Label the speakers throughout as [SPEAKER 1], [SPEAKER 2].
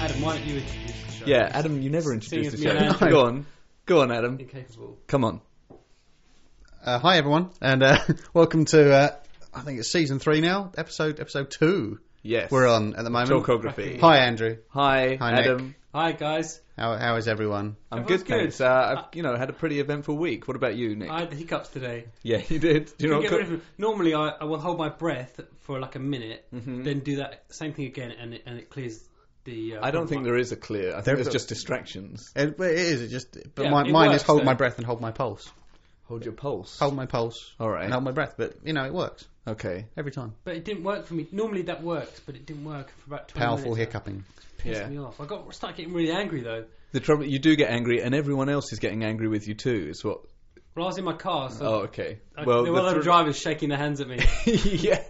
[SPEAKER 1] Adam, why don't you introduce the show?
[SPEAKER 2] Yeah, Adam, you never
[SPEAKER 1] Seeing
[SPEAKER 2] introduced the
[SPEAKER 1] as me and
[SPEAKER 2] show.
[SPEAKER 1] Andrew-
[SPEAKER 2] Go on. Go on, Adam.
[SPEAKER 1] Incapable.
[SPEAKER 2] Come on.
[SPEAKER 3] Uh, hi everyone, and uh, welcome to uh, I think it's season three now, episode episode two.
[SPEAKER 2] Yes.
[SPEAKER 3] We're on at the moment.
[SPEAKER 2] Talkography.
[SPEAKER 3] Hi Andrew,
[SPEAKER 2] Hi,
[SPEAKER 3] Hi,
[SPEAKER 2] Adam.
[SPEAKER 1] Hi, guys.
[SPEAKER 3] how how is everyone?
[SPEAKER 2] I'm
[SPEAKER 1] Everyone's
[SPEAKER 2] good, thanks.
[SPEAKER 1] good.
[SPEAKER 2] Uh, I've, you know, had a pretty eventful week. What about you, Nick?
[SPEAKER 1] I had the hiccups today.
[SPEAKER 2] yeah, you did. Do you know
[SPEAKER 1] Get
[SPEAKER 2] what
[SPEAKER 1] rid of them. Normally, I, I will hold my breath for like a minute,
[SPEAKER 2] Mm-hmm.
[SPEAKER 1] then do that same thing again, and it, and it clears the. Uh,
[SPEAKER 2] I don't think there is a clear. I think
[SPEAKER 3] There-
[SPEAKER 2] there's just distractions.
[SPEAKER 3] It, but it is it just, but
[SPEAKER 1] Yeah,
[SPEAKER 3] my,
[SPEAKER 1] it
[SPEAKER 3] mine
[SPEAKER 1] works,
[SPEAKER 3] is hold
[SPEAKER 1] though.
[SPEAKER 3] my breath and hold my pulse,
[SPEAKER 2] Hold your pulse.
[SPEAKER 3] hold my pulse,
[SPEAKER 2] All right.
[SPEAKER 3] and hold my breath. But you know it works
[SPEAKER 2] Okay.
[SPEAKER 3] every time.
[SPEAKER 1] But it didn't work for me. Normally that works, but it didn't work for about 20
[SPEAKER 3] Powerful
[SPEAKER 1] minutes.
[SPEAKER 3] hiccuping.
[SPEAKER 1] Pissed
[SPEAKER 2] Yeah.
[SPEAKER 1] me off. I got started getting really angry though.
[SPEAKER 2] The trouble, you do get angry, and everyone else is getting angry with you too. Is what?
[SPEAKER 1] Well, I was in my car, so
[SPEAKER 2] Oh, okay.
[SPEAKER 1] I,
[SPEAKER 2] Well,
[SPEAKER 1] well, the other
[SPEAKER 2] thr-
[SPEAKER 1] drivers shaking their hands at me.
[SPEAKER 2] yeah,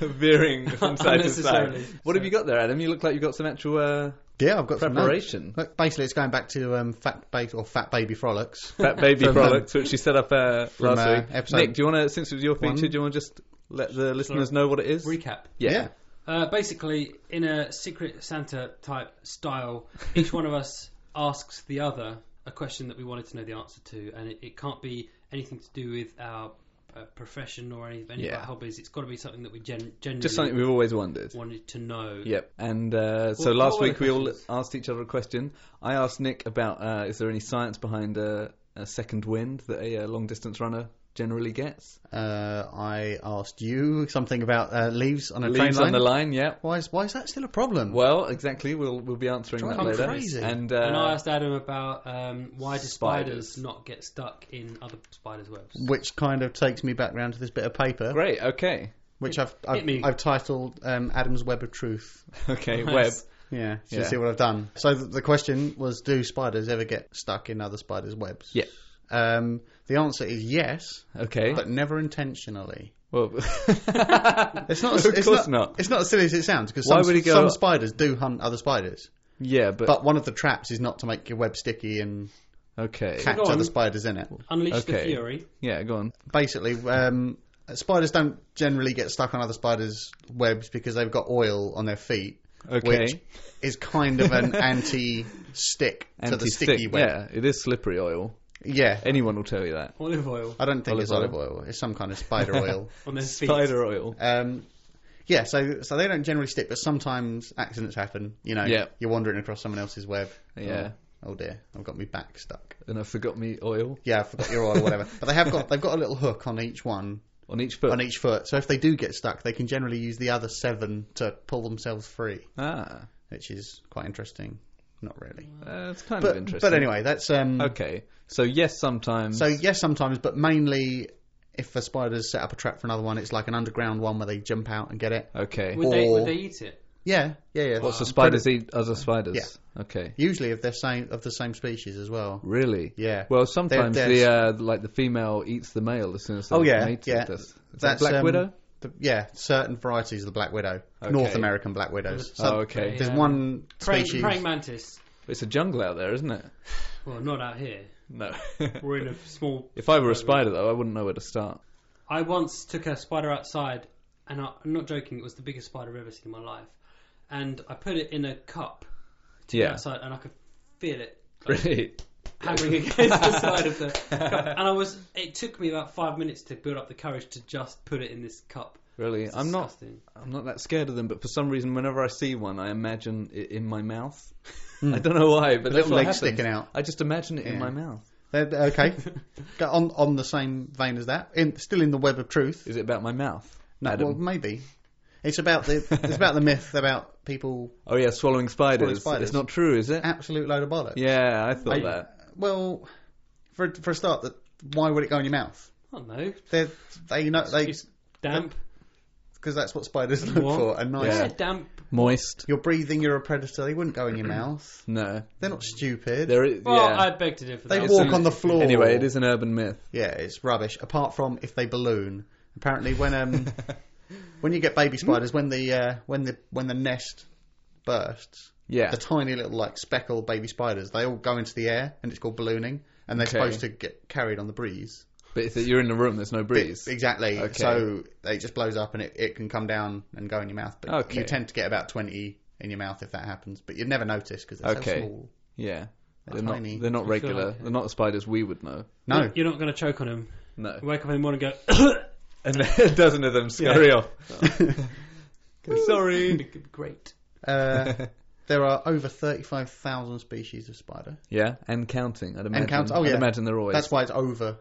[SPEAKER 2] veering from side to side.
[SPEAKER 1] Unnecessarily.
[SPEAKER 2] What have you got there, Adam? You look like you've got some actual uh,
[SPEAKER 3] Yeah, I've got some notes.
[SPEAKER 2] preparation.
[SPEAKER 3] Look, basically, it's going back to um, fat baby or fat baby frolics.
[SPEAKER 2] Fat baby
[SPEAKER 3] From,
[SPEAKER 2] products, which you set up uh,
[SPEAKER 3] from,
[SPEAKER 2] last
[SPEAKER 3] uh,
[SPEAKER 2] week.
[SPEAKER 3] episode
[SPEAKER 2] Nick, do you want to, since it was your feature,
[SPEAKER 3] one?
[SPEAKER 2] do you want to just let the listeners know what it is?
[SPEAKER 1] Recap.
[SPEAKER 2] yeah.
[SPEAKER 1] Uh, basically, in a Secret Santa type style, each one of us asks the other a question that we wanted to know the answer to, and it, it can't be anything to do with our uh, profession or any, any of
[SPEAKER 2] Yeah.
[SPEAKER 1] our hobbies. It's got to be something that we gen- generally
[SPEAKER 2] Just something we've always wondered.
[SPEAKER 1] wanted to know.
[SPEAKER 2] Yep. And uh, so
[SPEAKER 1] What-
[SPEAKER 2] last
[SPEAKER 1] what were
[SPEAKER 2] week
[SPEAKER 1] the
[SPEAKER 2] we all
[SPEAKER 1] questions?
[SPEAKER 2] asked each other a question. I asked Nick about uh, is there any science behind a, a second wind that a, uh long distance runner generally gets?
[SPEAKER 3] Uh, I asked you something about uh, leaves on a train
[SPEAKER 2] Leaves
[SPEAKER 3] line.
[SPEAKER 2] on the line, yeah.
[SPEAKER 3] Why is why is that still a problem?
[SPEAKER 2] Well, exactly. We'll we'll be answering
[SPEAKER 3] Drive
[SPEAKER 2] that
[SPEAKER 3] me
[SPEAKER 2] later.
[SPEAKER 3] crazy.
[SPEAKER 2] And, uh,
[SPEAKER 1] And I asked Adam about um, why do spiders.
[SPEAKER 2] Spiders.
[SPEAKER 1] not get stuck in other spiders' webs?
[SPEAKER 3] Which kind of takes me back round to this bit of paper.
[SPEAKER 2] great. Okay.
[SPEAKER 3] which I've I've,
[SPEAKER 1] me.
[SPEAKER 3] I've titled um, Adam's Web of Truth.
[SPEAKER 2] Okay. Web.
[SPEAKER 1] Nice.
[SPEAKER 3] Yeah, so
[SPEAKER 2] Yeah.
[SPEAKER 3] you see what I've done. So the, the question was, do spiders ever get stuck in other spiders' webs?
[SPEAKER 2] Yeah.
[SPEAKER 3] Um, the answer is yes,
[SPEAKER 2] Okay.
[SPEAKER 3] but never intentionally.
[SPEAKER 2] Well,
[SPEAKER 3] It's not.
[SPEAKER 2] Of
[SPEAKER 3] it's
[SPEAKER 2] course
[SPEAKER 3] not,
[SPEAKER 2] not.
[SPEAKER 3] It's not as silly as it sounds because
[SPEAKER 2] Why
[SPEAKER 3] some,
[SPEAKER 2] would he go-
[SPEAKER 3] some spiders do hunt other spiders.
[SPEAKER 2] yeah, but,
[SPEAKER 3] But one of the traps is not to make your web sticky and
[SPEAKER 2] okay.
[SPEAKER 3] catch
[SPEAKER 1] Go on.
[SPEAKER 3] other spiders in it.
[SPEAKER 1] Unleash the
[SPEAKER 2] Okay.
[SPEAKER 1] fury.
[SPEAKER 2] Yeah, go on.
[SPEAKER 3] Basically, um, spiders don't generally get stuck on other spiders' webs because they've got oil on their feet.
[SPEAKER 2] Okay.
[SPEAKER 3] which is kind of an anti-stick to the
[SPEAKER 2] Anti-stick,
[SPEAKER 3] sticky web.
[SPEAKER 2] Yeah, it is slippery oil.
[SPEAKER 3] Yeah.
[SPEAKER 2] Anyone will tell you that.
[SPEAKER 1] Olive oil
[SPEAKER 3] I don't think
[SPEAKER 2] Olive
[SPEAKER 3] it's
[SPEAKER 2] oil.
[SPEAKER 3] olive oil. It's some kind of spider oil.
[SPEAKER 1] on their feet.
[SPEAKER 2] Spider oil.
[SPEAKER 3] Um, yeah, so so they don't generally stick, but sometimes accidents happen. You know,
[SPEAKER 2] Yeah.
[SPEAKER 3] you're wandering across someone else's web.
[SPEAKER 2] Yeah.
[SPEAKER 3] Oh, oh dear, I've got my back stuck.
[SPEAKER 2] And I forgot me oil
[SPEAKER 3] Yeah, I forgot your oil or whatever. But they have got they've got a little hook on each one
[SPEAKER 2] on each foot.
[SPEAKER 3] on e- each foot. So if they do get stuck, they can generally use the other seven to pull themselves free,
[SPEAKER 2] ah,
[SPEAKER 3] which is quite interesting. Not really,
[SPEAKER 2] that's kind of
[SPEAKER 3] but
[SPEAKER 2] interesting.
[SPEAKER 3] but anyway, that's um.
[SPEAKER 2] Okay. So yes, sometimes.
[SPEAKER 3] So yes, sometimes, but mainly if a spider's set up a trap for another one, it's like an underground one where they jump out and get it.
[SPEAKER 2] okay.
[SPEAKER 1] Would, they, would
[SPEAKER 3] Or-
[SPEAKER 1] they eat it?
[SPEAKER 3] Yeah, yeah, yeah.
[SPEAKER 2] What's the spiders eat other spiders?
[SPEAKER 3] Yeah.
[SPEAKER 2] Okay.
[SPEAKER 3] Usually, if they're same of the same species as well.
[SPEAKER 2] Really?
[SPEAKER 3] Yeah.
[SPEAKER 2] Well, sometimes
[SPEAKER 3] They're-
[SPEAKER 2] the
[SPEAKER 3] they're-
[SPEAKER 2] uh, like the female eats the male as soon as they
[SPEAKER 3] Oh, yeah,
[SPEAKER 2] mate
[SPEAKER 3] yeah.
[SPEAKER 2] it. That's, is that Black
[SPEAKER 3] um,
[SPEAKER 2] Widow.
[SPEAKER 3] The, yeah, certain varieties of the black widow,
[SPEAKER 2] Okay.
[SPEAKER 3] North American black widows.
[SPEAKER 2] Oh, okay.
[SPEAKER 3] There's
[SPEAKER 1] Yeah.
[SPEAKER 3] one
[SPEAKER 1] Praying,
[SPEAKER 3] species.
[SPEAKER 1] praying mantis.
[SPEAKER 2] It's a jungle out there, isn't it?
[SPEAKER 1] Well, not out here.
[SPEAKER 2] No.
[SPEAKER 1] We're in a small
[SPEAKER 2] if I were a spider, though, I wouldn't know where to start.
[SPEAKER 1] I once took a spider outside, and I, I'm not joking, it was the biggest spider I've ever seen in my life. And I put it in a cup to
[SPEAKER 2] Yeah.
[SPEAKER 1] get outside, and I could feel it
[SPEAKER 2] Really?
[SPEAKER 1] hammering against the side of the cup. And I was, it took me about five minutes to build up the courage to just put it in this cup.
[SPEAKER 2] Really?
[SPEAKER 1] It's
[SPEAKER 2] I'm not.
[SPEAKER 1] disgusting.
[SPEAKER 2] I'm not that scared of them, but for some reason, whenever I see one, I imagine it in my mouth. I don't know why, but that's
[SPEAKER 3] little
[SPEAKER 2] what
[SPEAKER 3] leg
[SPEAKER 2] happens.
[SPEAKER 3] sticking out.
[SPEAKER 2] I just imagine it in
[SPEAKER 3] Yeah.
[SPEAKER 2] my mouth.
[SPEAKER 3] They're- they're- okay. Go on on the same vein as that. In, still in the web of truth.
[SPEAKER 2] Is it about my mouth?
[SPEAKER 3] No,
[SPEAKER 2] Adam?
[SPEAKER 3] well, maybe. It's about the it's about the myth about people
[SPEAKER 2] oh yeah, swallowing spiders.
[SPEAKER 3] spiders.
[SPEAKER 2] It's not true, is it?
[SPEAKER 3] absolute load of bollocks.
[SPEAKER 2] Yeah, I thought
[SPEAKER 3] I-
[SPEAKER 2] that.
[SPEAKER 3] Well, for for a start, that why would it go in your mouth?
[SPEAKER 1] I don't know.
[SPEAKER 3] They they know they
[SPEAKER 1] It's damp.
[SPEAKER 3] because that's what spiders look
[SPEAKER 1] What?
[SPEAKER 3] for. A nice.
[SPEAKER 1] Yeah,
[SPEAKER 2] Yeah.
[SPEAKER 1] damp.
[SPEAKER 2] Moist.
[SPEAKER 3] You're breathing. You're a predator. They wouldn't go in your mouth.
[SPEAKER 2] No,
[SPEAKER 3] They're not stupid.
[SPEAKER 2] there is.
[SPEAKER 1] Well,
[SPEAKER 2] yeah.
[SPEAKER 1] I beg to differ.
[SPEAKER 3] they
[SPEAKER 1] that.
[SPEAKER 2] It's
[SPEAKER 3] walk
[SPEAKER 2] an-
[SPEAKER 3] on the floor.
[SPEAKER 2] Anyway, it is an urban myth.
[SPEAKER 3] Yeah, it's rubbish. Apart from if they balloon. Apparently, when um when you get baby spiders, when the uh, when the when the nest bursts,
[SPEAKER 2] Yeah.
[SPEAKER 3] the tiny little like speckled baby spiders, they all go into the air, and it's called ballooning, and they're
[SPEAKER 2] Okay.
[SPEAKER 3] supposed to get carried on the breeze.
[SPEAKER 2] But if you're in the room, there's no breeze.
[SPEAKER 3] Exactly.
[SPEAKER 2] Okay.
[SPEAKER 3] So it just blows up and it, it can come down and go in your mouth. But
[SPEAKER 2] Okay.
[SPEAKER 3] you tend to get about 20 in your mouth if that happens, but you'd never notice because they're
[SPEAKER 2] Okay.
[SPEAKER 3] so small.
[SPEAKER 2] Yeah.
[SPEAKER 3] They're
[SPEAKER 2] not,
[SPEAKER 3] tiny.
[SPEAKER 2] They're not
[SPEAKER 1] I feel
[SPEAKER 2] regular.
[SPEAKER 1] like, yeah.
[SPEAKER 2] They're not the spiders we would know.
[SPEAKER 3] No,
[SPEAKER 1] You're not going to choke on them.
[SPEAKER 2] No.
[SPEAKER 1] Wake up in the morning and go,
[SPEAKER 2] And then a dozen of them scurry off. Sorry.
[SPEAKER 1] it'd be great.
[SPEAKER 3] uh, there are over thirty-five thousand species of spider.
[SPEAKER 2] yeah, and counting. I'd imagine.
[SPEAKER 3] count- oh,
[SPEAKER 2] I'd
[SPEAKER 3] yeah.
[SPEAKER 2] imagine they're always.
[SPEAKER 3] That's why it's over.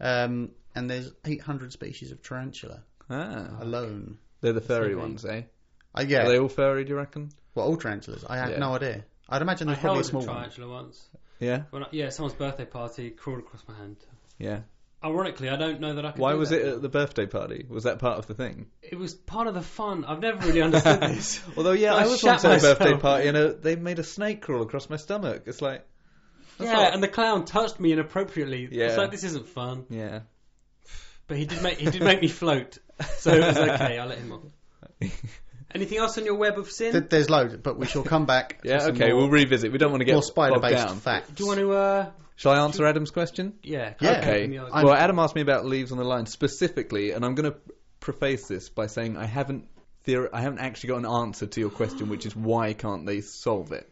[SPEAKER 3] Um, and there's eight hundred species of tarantula
[SPEAKER 2] Ah,
[SPEAKER 3] alone.
[SPEAKER 2] they're the furry
[SPEAKER 1] Something.
[SPEAKER 2] ones, eh?
[SPEAKER 3] Uh, yeah,
[SPEAKER 2] Are they all furry? Do you reckon?
[SPEAKER 3] well, all tarantulas. I have
[SPEAKER 2] Yeah.
[SPEAKER 3] no idea. I'd imagine
[SPEAKER 1] I
[SPEAKER 3] there's probably a
[SPEAKER 1] held a
[SPEAKER 3] small one.
[SPEAKER 1] tarantula once.
[SPEAKER 2] Yeah,
[SPEAKER 1] When I, yeah, someone's birthday party crawled across my hand.
[SPEAKER 2] yeah.
[SPEAKER 1] Ironically, I don't know that I could.
[SPEAKER 2] Why
[SPEAKER 1] do
[SPEAKER 2] was
[SPEAKER 1] that.
[SPEAKER 2] it at the birthday party? Was that part of the thing?
[SPEAKER 1] It was part of the fun. I've never really understood this.
[SPEAKER 2] Although, yeah,
[SPEAKER 1] I
[SPEAKER 2] I was
[SPEAKER 1] shat
[SPEAKER 2] once at a
[SPEAKER 1] myself.
[SPEAKER 2] birthday party and uh they made a snake crawl across my stomach. It's like,
[SPEAKER 1] yeah, and the clown touched me inappropriately.
[SPEAKER 2] Yeah.
[SPEAKER 1] It's like this isn't fun.
[SPEAKER 2] yeah.
[SPEAKER 1] But he did make he did make me float, so it was okay. I let him off. Anything else on your web of sin?
[SPEAKER 3] Th- There's loads, but we shall come back. to
[SPEAKER 2] Yeah,
[SPEAKER 3] some
[SPEAKER 2] okay,
[SPEAKER 3] more,
[SPEAKER 2] we'll revisit. We don't want to get
[SPEAKER 3] more
[SPEAKER 2] bogged
[SPEAKER 3] spider-based
[SPEAKER 2] down.
[SPEAKER 3] facts.
[SPEAKER 1] Do you want to? uh
[SPEAKER 2] Shall I answer Adam's question?
[SPEAKER 1] Yeah.
[SPEAKER 3] Yeah.
[SPEAKER 1] open
[SPEAKER 2] Okay.
[SPEAKER 1] the eyes.
[SPEAKER 3] I'm-
[SPEAKER 2] Well, Adam asked me about leaves on the line specifically, and I'm going to preface this by saying I haven't theor- I haven't actually got an answer to your question, which is why can't they solve it?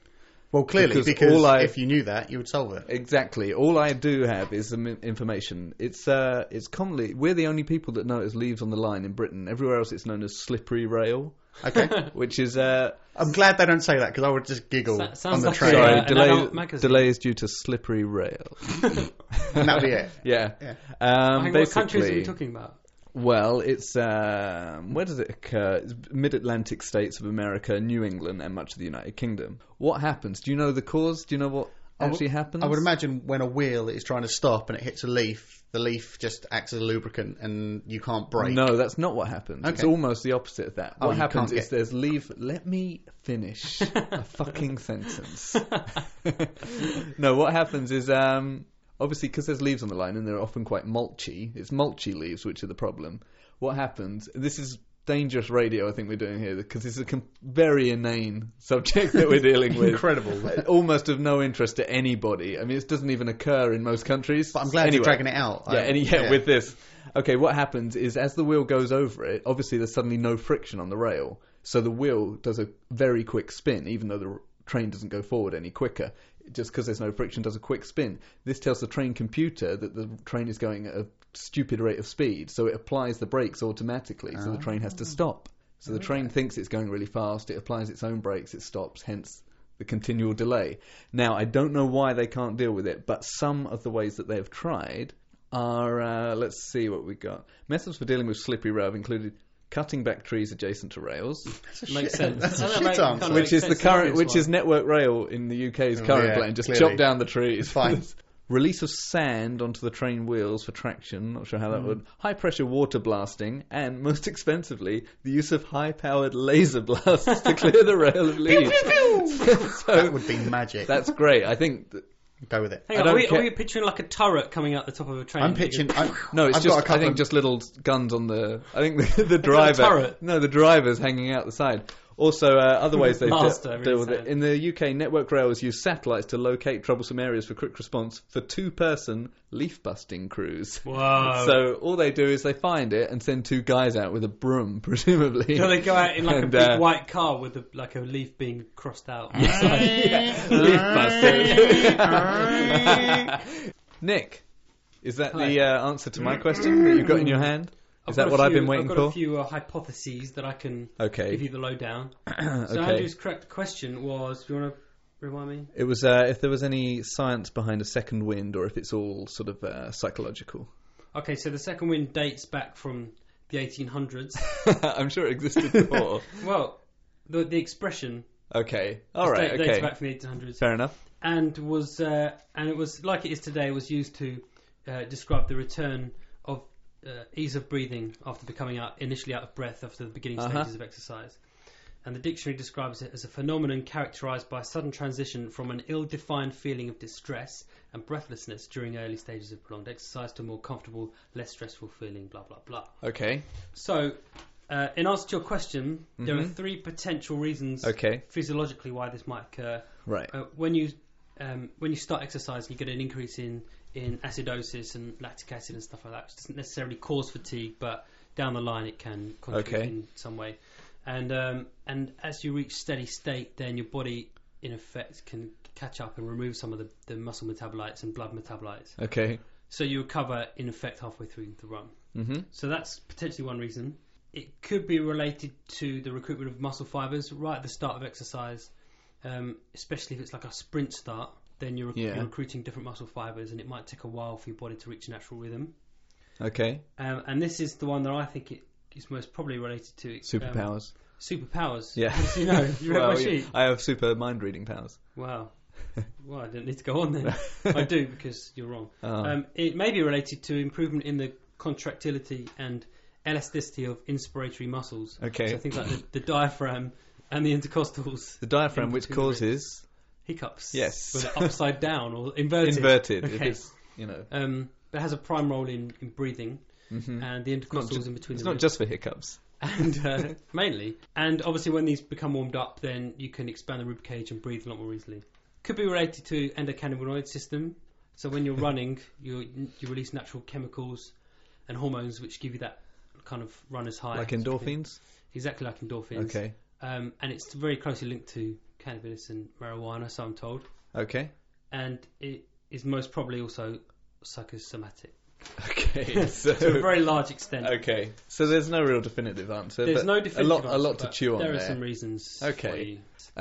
[SPEAKER 3] Well, clearly,
[SPEAKER 2] Because
[SPEAKER 3] because,
[SPEAKER 2] all I-
[SPEAKER 3] if you knew that, you would solve it.
[SPEAKER 2] Exactly. All I do have is some in- information. It's uh, it's commonly we're the only people that know it as leaves on the line in Britain. Everywhere else, it's known as slippery rail,
[SPEAKER 3] Okay,
[SPEAKER 2] which is uh,
[SPEAKER 3] I'm glad they don't say that because I would just giggle
[SPEAKER 1] Sa- sounds
[SPEAKER 3] on the
[SPEAKER 1] like a- um,
[SPEAKER 3] train,
[SPEAKER 2] sorry,
[SPEAKER 1] an
[SPEAKER 2] delay,
[SPEAKER 1] adult magazine.
[SPEAKER 2] delays due to slippery rail.
[SPEAKER 3] and that'd be it.
[SPEAKER 2] Yeah.
[SPEAKER 3] Yeah.
[SPEAKER 1] Hang
[SPEAKER 2] Um,
[SPEAKER 1] on,
[SPEAKER 2] basically,
[SPEAKER 1] what countries are we talking about?
[SPEAKER 2] Well, it's um, where does it occur? It's mid-Atlantic states of America, New England, and much of the United Kingdom. What happens? Do you know the cause? Do you know what
[SPEAKER 3] I would-
[SPEAKER 2] actually happens?
[SPEAKER 3] I would imagine when a wheel is trying to stop and it hits a leaf, the leaf just acts as a lubricant and you can't brake.
[SPEAKER 2] No, that's not what happens. It's
[SPEAKER 3] Okay.
[SPEAKER 2] almost the opposite of that.
[SPEAKER 3] Oh,
[SPEAKER 2] what
[SPEAKER 3] you
[SPEAKER 2] happens
[SPEAKER 3] can't
[SPEAKER 2] is
[SPEAKER 3] get-
[SPEAKER 2] there's leave. Let me finish a fucking sentence. no, what happens is um, obviously because there's leaves on the line and they're often quite mulchy. It's mulchy leaves which are the problem. What happens? This is dangerous radio. I think we're doing here because it's a com- very inane subject that we're dealing with.
[SPEAKER 3] Incredible.
[SPEAKER 2] Uh, Almost of no interest to anybody. I mean, it doesn't even occur in most countries.
[SPEAKER 3] But I'm glad
[SPEAKER 2] anyway,
[SPEAKER 3] you're dragging it out.
[SPEAKER 2] yeah,
[SPEAKER 3] I-
[SPEAKER 2] any, yeah, with this. Okay, what happens is as the wheel goes over it, obviously there's suddenly no friction on the rail, so the wheel does a very quick spin, even though the r- train doesn't go forward any quicker. Just because there's no friction, does a quick spin. This tells the train computer that the train is going at a stupid rate of speed, so it applies the brakes automatically, so the train has to stop. So the train thinks it's going really fast, it applies its own brakes, it stops, hence the continual delay. Now, I don't know why they can't deal with it, but some of the ways that they've tried are, uh, let's see what we got. Methods for dealing with slippery rail have included cutting back trees adjacent to rails,
[SPEAKER 1] Makes sense.
[SPEAKER 3] That's a
[SPEAKER 1] I don't
[SPEAKER 3] shit
[SPEAKER 1] know,
[SPEAKER 3] answer.
[SPEAKER 1] kind of
[SPEAKER 2] which
[SPEAKER 1] makes
[SPEAKER 2] is the
[SPEAKER 1] sense,
[SPEAKER 2] current,
[SPEAKER 1] obvious
[SPEAKER 2] which
[SPEAKER 1] one.
[SPEAKER 2] is Network Rail in the UK's current
[SPEAKER 3] Oh, yeah,
[SPEAKER 2] plan. Just
[SPEAKER 3] clearly.
[SPEAKER 2] chop down the trees.
[SPEAKER 3] Fine.
[SPEAKER 2] Release of sand onto the train wheels for traction. Not sure how that
[SPEAKER 3] Hmm.
[SPEAKER 2] would. High pressure water blasting, and most expensively, the use of high powered laser blasts to clear the rail of leaves.
[SPEAKER 3] That
[SPEAKER 2] so
[SPEAKER 3] would be magic.
[SPEAKER 2] that's great. I think. Th-
[SPEAKER 3] Go with it.
[SPEAKER 1] Hang
[SPEAKER 2] I
[SPEAKER 1] on, are
[SPEAKER 2] don't
[SPEAKER 1] we,
[SPEAKER 2] care-
[SPEAKER 1] are we picturing like a turret coming out the top of a train?
[SPEAKER 3] I'm pitching. I'm,
[SPEAKER 2] no, it's
[SPEAKER 3] I've
[SPEAKER 2] just.
[SPEAKER 3] Got a couple
[SPEAKER 2] I think
[SPEAKER 3] of-
[SPEAKER 2] just little guns on the. I think the, the driver.
[SPEAKER 1] turret.
[SPEAKER 2] No, the driver's hanging out the side. Also, uh, other ways they
[SPEAKER 1] Master,
[SPEAKER 2] de-
[SPEAKER 1] really
[SPEAKER 2] deal with it.
[SPEAKER 1] sad.
[SPEAKER 2] In the UK, network rails use satellites to locate troublesome areas for quick response for two-person leaf-busting crews.
[SPEAKER 1] Whoa.
[SPEAKER 2] So all they do is they find it and send two guys out with a broom, presumably.
[SPEAKER 1] So they go out in like
[SPEAKER 2] And,
[SPEAKER 1] a big
[SPEAKER 2] uh,
[SPEAKER 1] white car with a, like a leaf being crossed out.
[SPEAKER 2] yeah, leaf busting. Nick, is that the uh, answer to my question that you've got in your hand? Is that
[SPEAKER 1] got a
[SPEAKER 2] what I've
[SPEAKER 1] few-
[SPEAKER 2] been waiting
[SPEAKER 1] I've got
[SPEAKER 2] for?
[SPEAKER 1] a few uh, hypotheses that I can
[SPEAKER 2] Okay.
[SPEAKER 1] give you the lowdown. So
[SPEAKER 2] okay.
[SPEAKER 1] Andrew's correct question was, do you want to remind me?
[SPEAKER 2] It was uh, if there was any science behind a second wind, or if it's all sort of uh, psychological.
[SPEAKER 1] Okay, so the second wind dates back from the 1800s.
[SPEAKER 2] I'm sure it existed before.
[SPEAKER 1] well, the, the expression
[SPEAKER 2] okay. All right.
[SPEAKER 1] date- dates
[SPEAKER 2] Okay.
[SPEAKER 1] back from the 1800s
[SPEAKER 2] Fair enough.
[SPEAKER 1] and was uh, and it was like it is today was used to uh, describe the return of uh, ease of breathing after becoming out, initially out of breath after the beginning
[SPEAKER 2] Uh-huh.
[SPEAKER 1] stages of exercise. And the dictionary describes it as a phenomenon characterized by sudden transition from an ill-defined feeling of distress and breathlessness during early stages of prolonged exercise to a more comfortable, less stressful feeling. Blah blah blah.
[SPEAKER 2] Okay.
[SPEAKER 1] So, uh, in answer to your question, there are three potential reasons
[SPEAKER 2] Mm-hmm. Okay.
[SPEAKER 1] physiologically why this might occur.
[SPEAKER 2] Right.
[SPEAKER 1] Uh, when you um, when you start exercising, you get an increase in in acidosis and lactic acid and stuff like that, which doesn't necessarily cause fatigue, but down the line it can contribute
[SPEAKER 2] Okay.
[SPEAKER 1] in some way. and um, and as you reach steady state, then your body, in effect, can catch up and remove some of the, the muscle metabolites and blood metabolites.
[SPEAKER 2] Okay.
[SPEAKER 1] So you recover, in effect, halfway through the run.
[SPEAKER 2] hmm
[SPEAKER 1] So that's potentially one reason. It could be related to the recruitment of muscle fibers right at the start of exercise, um, especially if it's like a sprint start. Then you're,
[SPEAKER 2] Yeah.
[SPEAKER 1] you're recruiting different muscle fibers, and it might take a while for your body to reach natural rhythm.
[SPEAKER 2] Okay.
[SPEAKER 1] Um, and this is the one that I think it is most probably related to. It's, um,
[SPEAKER 2] Superpowers.
[SPEAKER 1] superpowers.
[SPEAKER 2] yeah.
[SPEAKER 1] Yes, you know. You read
[SPEAKER 2] Well,
[SPEAKER 1] my
[SPEAKER 2] yeah,
[SPEAKER 1] sheet.
[SPEAKER 2] I have super mind reading powers.
[SPEAKER 1] Wow. Well, I didn't need to go on then. I do because you're wrong.
[SPEAKER 2] Oh.
[SPEAKER 1] Um, it may be related to improvement in the contractility and elasticity of inspiratory muscles.
[SPEAKER 2] Okay.
[SPEAKER 1] Uh, So things like the, the diaphragm and the intercostals.
[SPEAKER 2] the diaphragm,
[SPEAKER 1] in
[SPEAKER 2] which
[SPEAKER 1] between the ribs.
[SPEAKER 2] causes
[SPEAKER 1] Hiccups.
[SPEAKER 2] Yes.
[SPEAKER 1] When they're upside down or inverted.
[SPEAKER 2] inverted. If
[SPEAKER 1] Okay.
[SPEAKER 2] it's, you know,
[SPEAKER 1] Um, that has a prime role in, in breathing
[SPEAKER 2] mhm.
[SPEAKER 1] and the intercostals
[SPEAKER 2] just-
[SPEAKER 1] in Uh, between
[SPEAKER 2] it's
[SPEAKER 1] the
[SPEAKER 2] not
[SPEAKER 1] ribs.
[SPEAKER 2] just for hiccups.
[SPEAKER 1] and uh, mainly. And obviously, when these become warmed up, then you can expand the rib cage and breathe a lot more easily. Could be related to endocannabinoid system. So when you're running, you you release natural chemicals and hormones which give you that kind of runner's high,
[SPEAKER 2] Like endorphins?
[SPEAKER 1] Exactly like endorphins.
[SPEAKER 2] Okay.
[SPEAKER 1] Um, and it's very closely linked to cannabis and marijuana, so I'm told.
[SPEAKER 2] Okay.
[SPEAKER 1] And it is most probably also psychosomatic
[SPEAKER 2] Okay. So,
[SPEAKER 1] to a very large extent.
[SPEAKER 2] okay. So there's no real definitive answer.
[SPEAKER 1] There's
[SPEAKER 2] but
[SPEAKER 1] no
[SPEAKER 2] a
[SPEAKER 1] definitive
[SPEAKER 2] lot, a
[SPEAKER 1] answer,
[SPEAKER 2] lot to
[SPEAKER 1] but
[SPEAKER 2] chew on
[SPEAKER 1] There
[SPEAKER 2] there.
[SPEAKER 1] are some reasons.
[SPEAKER 2] Okay.
[SPEAKER 1] for you.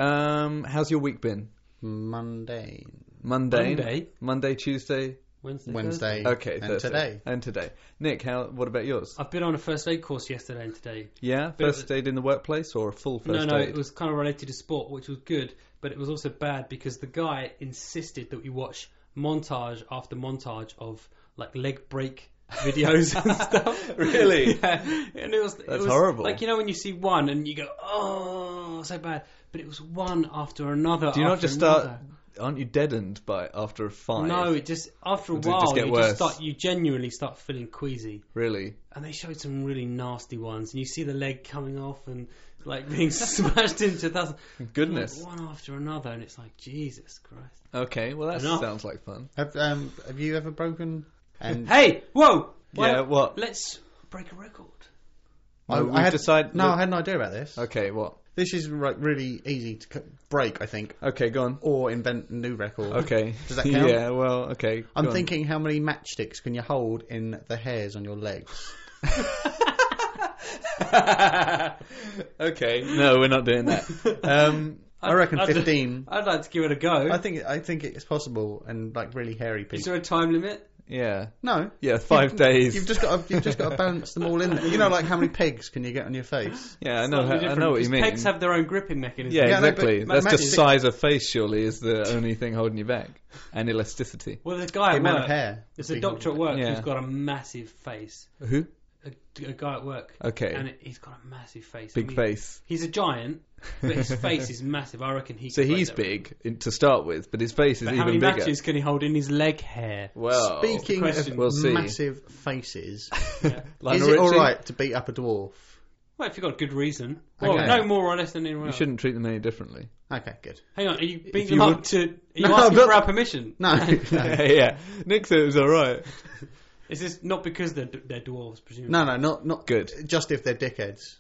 [SPEAKER 2] Um, how's your week been?
[SPEAKER 3] Mundane.
[SPEAKER 2] Mundane.
[SPEAKER 1] Monday,
[SPEAKER 2] Monday, Tuesday.
[SPEAKER 1] Wednesday, Thursday.
[SPEAKER 3] Wednesday.
[SPEAKER 2] Okay.
[SPEAKER 3] And
[SPEAKER 2] Thursday.
[SPEAKER 3] today.
[SPEAKER 2] And today. Nick, how? What about yours?
[SPEAKER 1] I've been on a first aid course yesterday and today.
[SPEAKER 2] Yeah,
[SPEAKER 1] Bit of
[SPEAKER 2] first aid in the workplace or a full first
[SPEAKER 1] no, no,
[SPEAKER 2] aid?
[SPEAKER 1] it was kind of related to sport, which was good, but it was also bad because the guy insisted that we watch montage after montage of like leg break videos and stuff.
[SPEAKER 2] Really?
[SPEAKER 1] Yeah. And it was it
[SPEAKER 2] That's
[SPEAKER 1] was
[SPEAKER 2] horrible.
[SPEAKER 1] Like you know when you see one and you go, oh, so bad. But it was one after another.
[SPEAKER 2] Do you not
[SPEAKER 1] after
[SPEAKER 2] just
[SPEAKER 1] another.
[SPEAKER 2] start? Aren't you deadened by after five?
[SPEAKER 1] No, it just after a
[SPEAKER 2] Does it
[SPEAKER 1] while
[SPEAKER 2] just get
[SPEAKER 1] you
[SPEAKER 2] worse?
[SPEAKER 1] just start. You genuinely start feeling queasy.
[SPEAKER 2] really.
[SPEAKER 1] and they showed some really nasty ones, and you see the leg coming off and like being smashed into thousands.
[SPEAKER 2] Goodness.
[SPEAKER 1] Like, one after another, and it's like Jesus Christ.
[SPEAKER 2] Okay, well that
[SPEAKER 1] Enough.
[SPEAKER 2] sounds like fun.
[SPEAKER 3] Have, um, have you ever broken? And
[SPEAKER 1] Hey, whoa! Why-
[SPEAKER 2] Yeah. What?
[SPEAKER 1] Let's break a record.
[SPEAKER 3] I,
[SPEAKER 2] No,
[SPEAKER 3] I
[SPEAKER 2] we've
[SPEAKER 3] had
[SPEAKER 2] decided-
[SPEAKER 3] No,
[SPEAKER 2] look-
[SPEAKER 3] I had an idea about this.
[SPEAKER 2] Okay. What?
[SPEAKER 3] This is re- really easy to c- break, I think,
[SPEAKER 2] Okay. Go on.
[SPEAKER 3] or invent a new record.
[SPEAKER 2] Okay.
[SPEAKER 3] Does that count?
[SPEAKER 2] Yeah. Well. Okay. go
[SPEAKER 3] I'm
[SPEAKER 2] on.
[SPEAKER 3] thinking, how many matchsticks can you hold in the hairs on your legs?
[SPEAKER 2] okay. No, we're not doing that. Um,
[SPEAKER 3] I reckon
[SPEAKER 1] I'd-
[SPEAKER 3] 15.
[SPEAKER 1] I'd like to give it a go.
[SPEAKER 3] I think I think it's possible, and like really hairy
[SPEAKER 1] Is
[SPEAKER 3] people.
[SPEAKER 1] there a time limit?
[SPEAKER 2] yeah.
[SPEAKER 3] No,
[SPEAKER 2] Yeah. Five days.
[SPEAKER 3] you've just got to, you've just got to balance them all in there. You know, like how many pegs can you get on your face?
[SPEAKER 2] yeah. I know.
[SPEAKER 1] Slightly
[SPEAKER 2] How, I
[SPEAKER 1] different,
[SPEAKER 2] know what you
[SPEAKER 1] because
[SPEAKER 2] mean.
[SPEAKER 1] Pegs have their own gripping mechanism.
[SPEAKER 2] yeah,
[SPEAKER 3] Yeah, no,
[SPEAKER 2] exactly.
[SPEAKER 3] but
[SPEAKER 2] That's
[SPEAKER 3] imagine-
[SPEAKER 2] just size of face. Surely is the only thing holding you back, and elasticity.
[SPEAKER 1] Well, there's a guy
[SPEAKER 3] The
[SPEAKER 1] at
[SPEAKER 3] amount of
[SPEAKER 1] work.
[SPEAKER 3] hair.
[SPEAKER 1] There's a doctor at work
[SPEAKER 2] Yeah.
[SPEAKER 1] who's got a massive face.
[SPEAKER 2] Who?
[SPEAKER 1] A, a guy at work,
[SPEAKER 2] Okay.
[SPEAKER 1] and he's got a massive face. I
[SPEAKER 2] big
[SPEAKER 1] mean,
[SPEAKER 2] face.
[SPEAKER 1] He's a giant, but his face is massive. I reckon he.
[SPEAKER 2] So
[SPEAKER 1] could break
[SPEAKER 2] he's
[SPEAKER 1] that
[SPEAKER 2] big in- to start with, but his face is
[SPEAKER 1] But how
[SPEAKER 2] even
[SPEAKER 1] many
[SPEAKER 2] bigger.
[SPEAKER 1] matches can he hold in his leg hair?
[SPEAKER 2] Well,
[SPEAKER 3] Speaking
[SPEAKER 1] That's the question.
[SPEAKER 2] Oh,
[SPEAKER 3] of
[SPEAKER 2] We'll see.
[SPEAKER 3] massive faces,
[SPEAKER 2] Lionel
[SPEAKER 3] is it all
[SPEAKER 2] Richie?
[SPEAKER 3] right to beat up a dwarf?
[SPEAKER 1] Well, if you've got a good reason. Well,
[SPEAKER 3] Okay.
[SPEAKER 1] no more or less than anyone
[SPEAKER 2] You
[SPEAKER 1] else.
[SPEAKER 2] shouldn't treat them any differently.
[SPEAKER 3] Okay, good.
[SPEAKER 1] Hang on, are you being
[SPEAKER 2] you
[SPEAKER 1] up
[SPEAKER 2] would-
[SPEAKER 1] to. Are you
[SPEAKER 3] No,
[SPEAKER 1] asking
[SPEAKER 3] but-
[SPEAKER 1] for our permission?
[SPEAKER 3] No, no,
[SPEAKER 2] yeah, yeah. Nick said it was all right.
[SPEAKER 1] Is this not because they're, they're dwarves, presumably?
[SPEAKER 3] no, no, not not
[SPEAKER 2] Good.
[SPEAKER 3] Just if they're dickheads,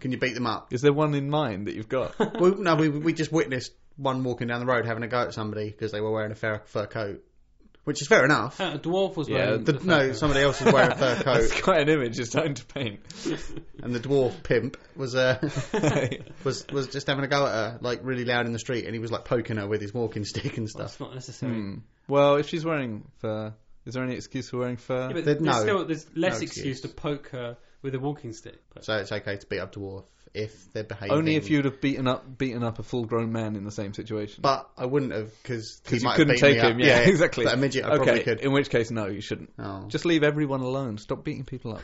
[SPEAKER 3] can you beat them up?
[SPEAKER 2] Is there one in mind that you've got?
[SPEAKER 3] we, no, we we just witnessed one walking down the road having a go at somebody because they were wearing a fur, fur coat, which is fair enough.
[SPEAKER 1] Uh, a dwarf was
[SPEAKER 2] Yeah,
[SPEAKER 1] wearing
[SPEAKER 3] The,
[SPEAKER 1] the
[SPEAKER 3] no,
[SPEAKER 1] fur
[SPEAKER 3] somebody else was wearing a fur
[SPEAKER 2] That's
[SPEAKER 3] coat,
[SPEAKER 2] quite an image. It's time to paint.
[SPEAKER 3] and the dwarf pimp was uh,
[SPEAKER 2] okay.
[SPEAKER 3] was was just having a go at her, like really loud in the street, and he was like poking her with his walking stick and
[SPEAKER 1] That's
[SPEAKER 3] stuff.
[SPEAKER 1] not necessary.
[SPEAKER 2] Hmm. Well, if she's wearing fur, is there any excuse for wearing fur?
[SPEAKER 1] Yeah, but
[SPEAKER 3] There-
[SPEAKER 1] there's,
[SPEAKER 3] no.
[SPEAKER 1] still, there's less
[SPEAKER 3] No
[SPEAKER 1] excuse
[SPEAKER 3] excuse.
[SPEAKER 1] to poke her with a walking stick. But
[SPEAKER 3] So it's okay to beat up dwarf if they're behaving.
[SPEAKER 2] Only if you'd have beaten up beaten up a full grown man in the same situation.
[SPEAKER 3] But I wouldn't have because he
[SPEAKER 2] you
[SPEAKER 3] might
[SPEAKER 2] couldn't
[SPEAKER 3] have beaten
[SPEAKER 2] take
[SPEAKER 3] me
[SPEAKER 2] him.
[SPEAKER 3] up.
[SPEAKER 2] Yeah, exactly.
[SPEAKER 3] But a midget, I
[SPEAKER 2] okay.
[SPEAKER 3] probably could.
[SPEAKER 2] In which case, no, you shouldn't.
[SPEAKER 3] Oh.
[SPEAKER 2] Just leave everyone alone. Stop beating people up.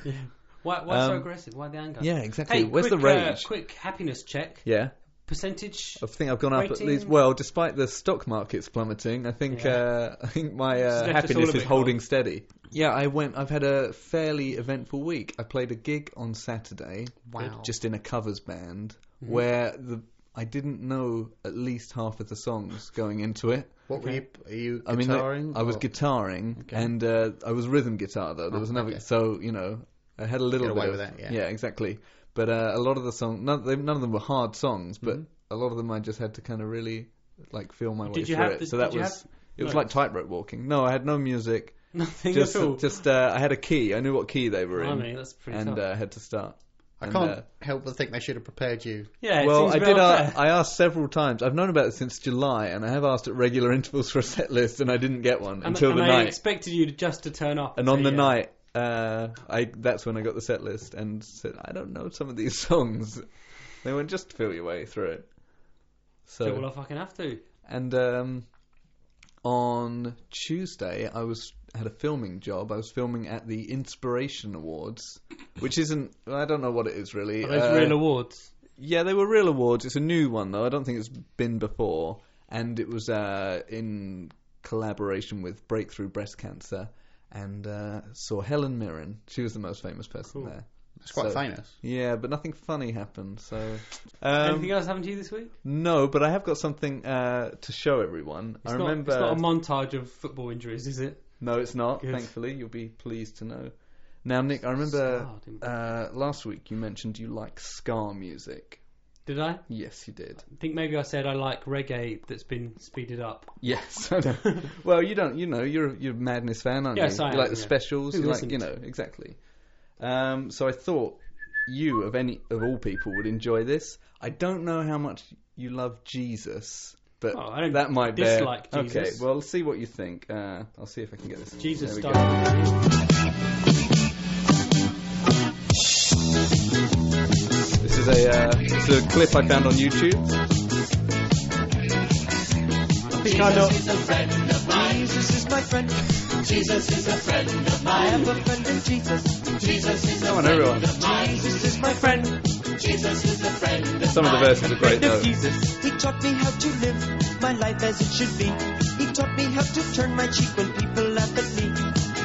[SPEAKER 1] why why so
[SPEAKER 2] Um,
[SPEAKER 1] aggressive? Why the anger?
[SPEAKER 2] Yeah, exactly.
[SPEAKER 1] Hey,
[SPEAKER 2] Where's
[SPEAKER 1] quick,
[SPEAKER 2] the rage?
[SPEAKER 1] Uh, quick happiness check.
[SPEAKER 2] yeah.
[SPEAKER 1] Percentage.
[SPEAKER 2] I think I've gone up at
[SPEAKER 1] Rating?
[SPEAKER 2] least. Well, despite the stock markets plummeting, I think
[SPEAKER 1] Yeah.
[SPEAKER 2] uh, I think my
[SPEAKER 1] It's
[SPEAKER 2] uh,
[SPEAKER 1] left us all
[SPEAKER 2] happiness
[SPEAKER 1] a
[SPEAKER 2] is
[SPEAKER 1] bit
[SPEAKER 2] holding steady. Yeah, I went. I've had a fairly eventful week. I played a gig on Saturday,
[SPEAKER 3] Wow.
[SPEAKER 2] just in a covers band,
[SPEAKER 1] Mm-hmm.
[SPEAKER 2] where the I didn't know at least half of the songs going into it.
[SPEAKER 3] what were you? Are you
[SPEAKER 2] I mean,
[SPEAKER 3] guitaring?
[SPEAKER 2] I was
[SPEAKER 3] or- Oh,
[SPEAKER 2] guitaring, and uh, I was rhythm guitar though. There was another,
[SPEAKER 3] okay.
[SPEAKER 2] so you know, I had a little
[SPEAKER 3] Get
[SPEAKER 2] bit
[SPEAKER 3] away
[SPEAKER 2] of-
[SPEAKER 3] with that, yeah.
[SPEAKER 2] yeah, exactly. But uh, a lot of the songs, none, they, none of them were hard songs, but
[SPEAKER 3] Mm-hmm.
[SPEAKER 2] a lot of them I just had to kind of really like feel my way
[SPEAKER 1] Did you
[SPEAKER 2] through
[SPEAKER 1] have
[SPEAKER 2] it.
[SPEAKER 1] the-
[SPEAKER 2] so that
[SPEAKER 1] did you
[SPEAKER 2] was
[SPEAKER 1] have
[SPEAKER 2] it
[SPEAKER 1] notes?
[SPEAKER 2] was like tightrope walking. No, I had no music.
[SPEAKER 1] Nothing
[SPEAKER 2] Just
[SPEAKER 1] at all.
[SPEAKER 2] just uh, I had a key. I knew what key they were in,
[SPEAKER 1] Blimey, that's pretty
[SPEAKER 2] and
[SPEAKER 1] tough.
[SPEAKER 2] uh, I had to start.
[SPEAKER 3] I
[SPEAKER 2] And,
[SPEAKER 3] can't
[SPEAKER 2] uh,
[SPEAKER 3] help but think they should have prepared you.
[SPEAKER 1] yeah, it
[SPEAKER 2] well,
[SPEAKER 1] seems
[SPEAKER 2] I
[SPEAKER 1] a bit
[SPEAKER 2] did. uh,
[SPEAKER 1] unfair.
[SPEAKER 2] Ask, I asked several times. I've known about it since July, and I have asked at regular intervals for a set list, and I didn't get one
[SPEAKER 1] and,
[SPEAKER 2] until
[SPEAKER 1] and
[SPEAKER 2] the
[SPEAKER 1] they
[SPEAKER 2] night.
[SPEAKER 1] expected you to just to turn up.
[SPEAKER 2] and on
[SPEAKER 1] say,
[SPEAKER 2] the
[SPEAKER 1] yeah.
[SPEAKER 2] night, uh, I that's when I got the set list and said, I don't know some of these songs. They went just feel your way through it. So
[SPEAKER 1] So, well, I fucking have to.
[SPEAKER 2] and um, on Tuesday, I was had a filming job. I was filming at the Inspiration Awards, which isn't I don't know what it is really.
[SPEAKER 1] Are those
[SPEAKER 2] Uh,
[SPEAKER 1] real awards?
[SPEAKER 2] yeah, they were real awards. It's a new one though. I don't think it's been before, and it was uh, in collaboration with Breakthrough Breast Cancer, and uh, saw Helen Mirren. She was the most famous person
[SPEAKER 1] Cool.
[SPEAKER 2] there.
[SPEAKER 3] It's quite
[SPEAKER 2] So-
[SPEAKER 3] famous.
[SPEAKER 2] Yeah, but nothing funny happened. So, um,
[SPEAKER 1] Anything else happened to you this week?
[SPEAKER 2] no, but I have got something uh, to show everyone.
[SPEAKER 1] It's
[SPEAKER 2] I
[SPEAKER 1] not,
[SPEAKER 2] remember.
[SPEAKER 1] It's not a montage of football injuries, is it?
[SPEAKER 2] no, it's not.
[SPEAKER 1] Good.
[SPEAKER 2] Thankfully, you'll be pleased to know. Now, Nick, I remember
[SPEAKER 1] Scarred him.
[SPEAKER 2] uh, last week you mentioned you like ska music.
[SPEAKER 1] Did I?
[SPEAKER 2] Yes, you did.
[SPEAKER 1] I think maybe I said I like reggae that's been speeded up.
[SPEAKER 2] Yes, I know. well, you don't. You know, you're you're a Madness fan, aren't
[SPEAKER 1] Yes,
[SPEAKER 2] you?
[SPEAKER 1] I
[SPEAKER 2] you
[SPEAKER 1] am,
[SPEAKER 2] like the
[SPEAKER 1] yeah.
[SPEAKER 2] specials.
[SPEAKER 1] Who
[SPEAKER 2] you like, you
[SPEAKER 1] isn't?
[SPEAKER 2] know, exactly. Um, so I thought you, of any of all people, would enjoy this. I don't know how much you love Jesus, but
[SPEAKER 1] Oh, I don't
[SPEAKER 2] that might
[SPEAKER 1] dislike
[SPEAKER 2] bear. Okay,
[SPEAKER 1] Jesus.
[SPEAKER 2] well, I'll see what you think. Uh, I'll see if I can get this.
[SPEAKER 1] Jesus
[SPEAKER 2] There we go.
[SPEAKER 1] started.
[SPEAKER 2] This is a uh, this is a clip I found on YouTube.
[SPEAKER 3] I think I know.
[SPEAKER 4] is a friend of mine. Jesus is my friend. Jesus is a friend of mine. I am a friend of Jesus. Jesus is a
[SPEAKER 2] Come on,
[SPEAKER 4] friend
[SPEAKER 2] everyone.
[SPEAKER 4] of mine. Jesus is my friend. Jesus is a friend of
[SPEAKER 2] Some of the verses are great
[SPEAKER 4] friend
[SPEAKER 3] uh,
[SPEAKER 2] though.
[SPEAKER 4] of Jesus. He taught me how to live my life as it should be. He taught me how to turn my cheek when people laugh at me.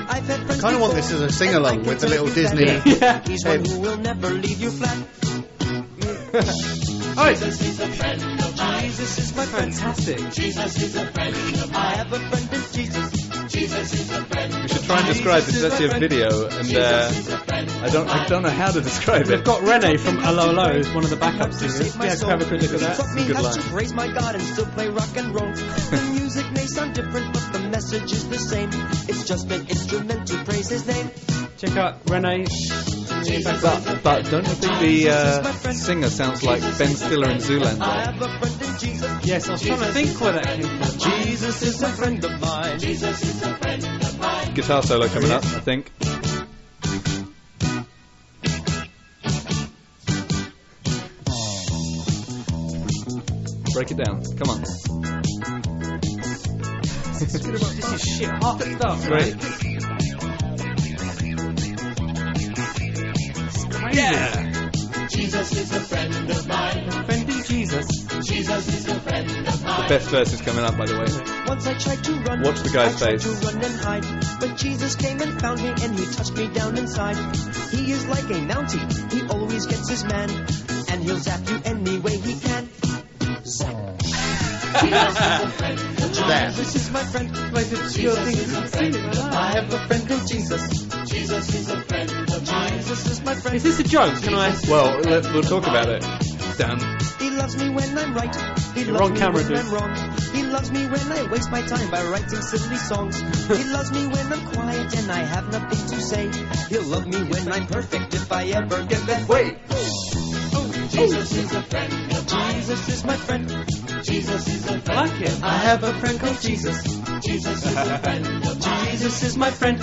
[SPEAKER 4] I've had friends
[SPEAKER 3] I kinda want
[SPEAKER 4] before,
[SPEAKER 3] this as a
[SPEAKER 4] and
[SPEAKER 3] sing-along
[SPEAKER 4] I can
[SPEAKER 3] with the
[SPEAKER 4] tell
[SPEAKER 3] little
[SPEAKER 4] you
[SPEAKER 3] Disney-
[SPEAKER 4] that
[SPEAKER 1] Yeah.
[SPEAKER 4] He's
[SPEAKER 3] Hey.
[SPEAKER 4] one who will never leave you flat.
[SPEAKER 2] Alright.
[SPEAKER 4] Jesus is a friend of mine. Jesus is my friend.
[SPEAKER 1] Fantastic.
[SPEAKER 4] Jesus is a friend of mine. I have a friend in Jesus. Jesus is a friend.
[SPEAKER 2] We should try and describe this. It's actually a video, and uh, I don't I don't know how to describe
[SPEAKER 1] We've
[SPEAKER 2] it.
[SPEAKER 1] got Rene from Hello Hello, who's one of the backup singers.
[SPEAKER 4] Save
[SPEAKER 1] Yeah,
[SPEAKER 4] my soul.
[SPEAKER 1] have a quick look at that.
[SPEAKER 4] Taught me
[SPEAKER 2] Good
[SPEAKER 4] how
[SPEAKER 2] line.
[SPEAKER 4] to praise my God and still play rock and roll. the music may sound different, but the message is the same. It's just an instrument to praise His name.
[SPEAKER 1] Check out Rene.
[SPEAKER 2] But, but don't you think the uh, singer sounds like Ben Stiller in
[SPEAKER 4] I
[SPEAKER 2] Zoolander?
[SPEAKER 4] have a friend in Jesus.
[SPEAKER 1] Yes, I was trying to think where that came from.
[SPEAKER 4] Jesus is a friend of mine. Jesus is a friend of mine.
[SPEAKER 2] Guitar solo coming up, I think. Break it down. Come on.
[SPEAKER 1] This is shit hot stuff.
[SPEAKER 2] Great.
[SPEAKER 1] Crazy. Yeah.
[SPEAKER 4] Jesus is a friend of mine.
[SPEAKER 1] Defending Jesus.
[SPEAKER 4] Jesus is a friend of
[SPEAKER 2] The
[SPEAKER 4] mine.
[SPEAKER 2] best verse is coming up, by the way.
[SPEAKER 4] Once I tried to run,
[SPEAKER 2] Watch the guy's
[SPEAKER 4] I tried
[SPEAKER 2] face.
[SPEAKER 4] to run and hide, but Jesus came and found me, and he touched me down inside. He is like a mountie, he always gets his man, and he'll zap you any way he can. Zap. Jesus is a friend. of mine. Jesus is my friend. Jesus is a friend. of mine. I have a friend in Jesus. Jesus is a friend of mine. Jesus is my friend.
[SPEAKER 1] Is this a joke? Can I?
[SPEAKER 2] Well, let, we'll talk about it. Dan.
[SPEAKER 4] He loves me when I'm right. He
[SPEAKER 1] You're
[SPEAKER 4] loves
[SPEAKER 1] on
[SPEAKER 4] me
[SPEAKER 1] camera,
[SPEAKER 4] when
[SPEAKER 1] dude.
[SPEAKER 4] I'm wrong. He loves me when I waste my time by writing silly songs. he loves me when I'm quiet and I have nothing to say. He'll love me when I'm perfect if I ever get that way. Oh, Jesus is a friend. Jesus is my friend. Jesus is a
[SPEAKER 1] I
[SPEAKER 4] friend.
[SPEAKER 1] like it.
[SPEAKER 4] I have a friend called Jesus. Jesus is a friend. Jesus is my friend.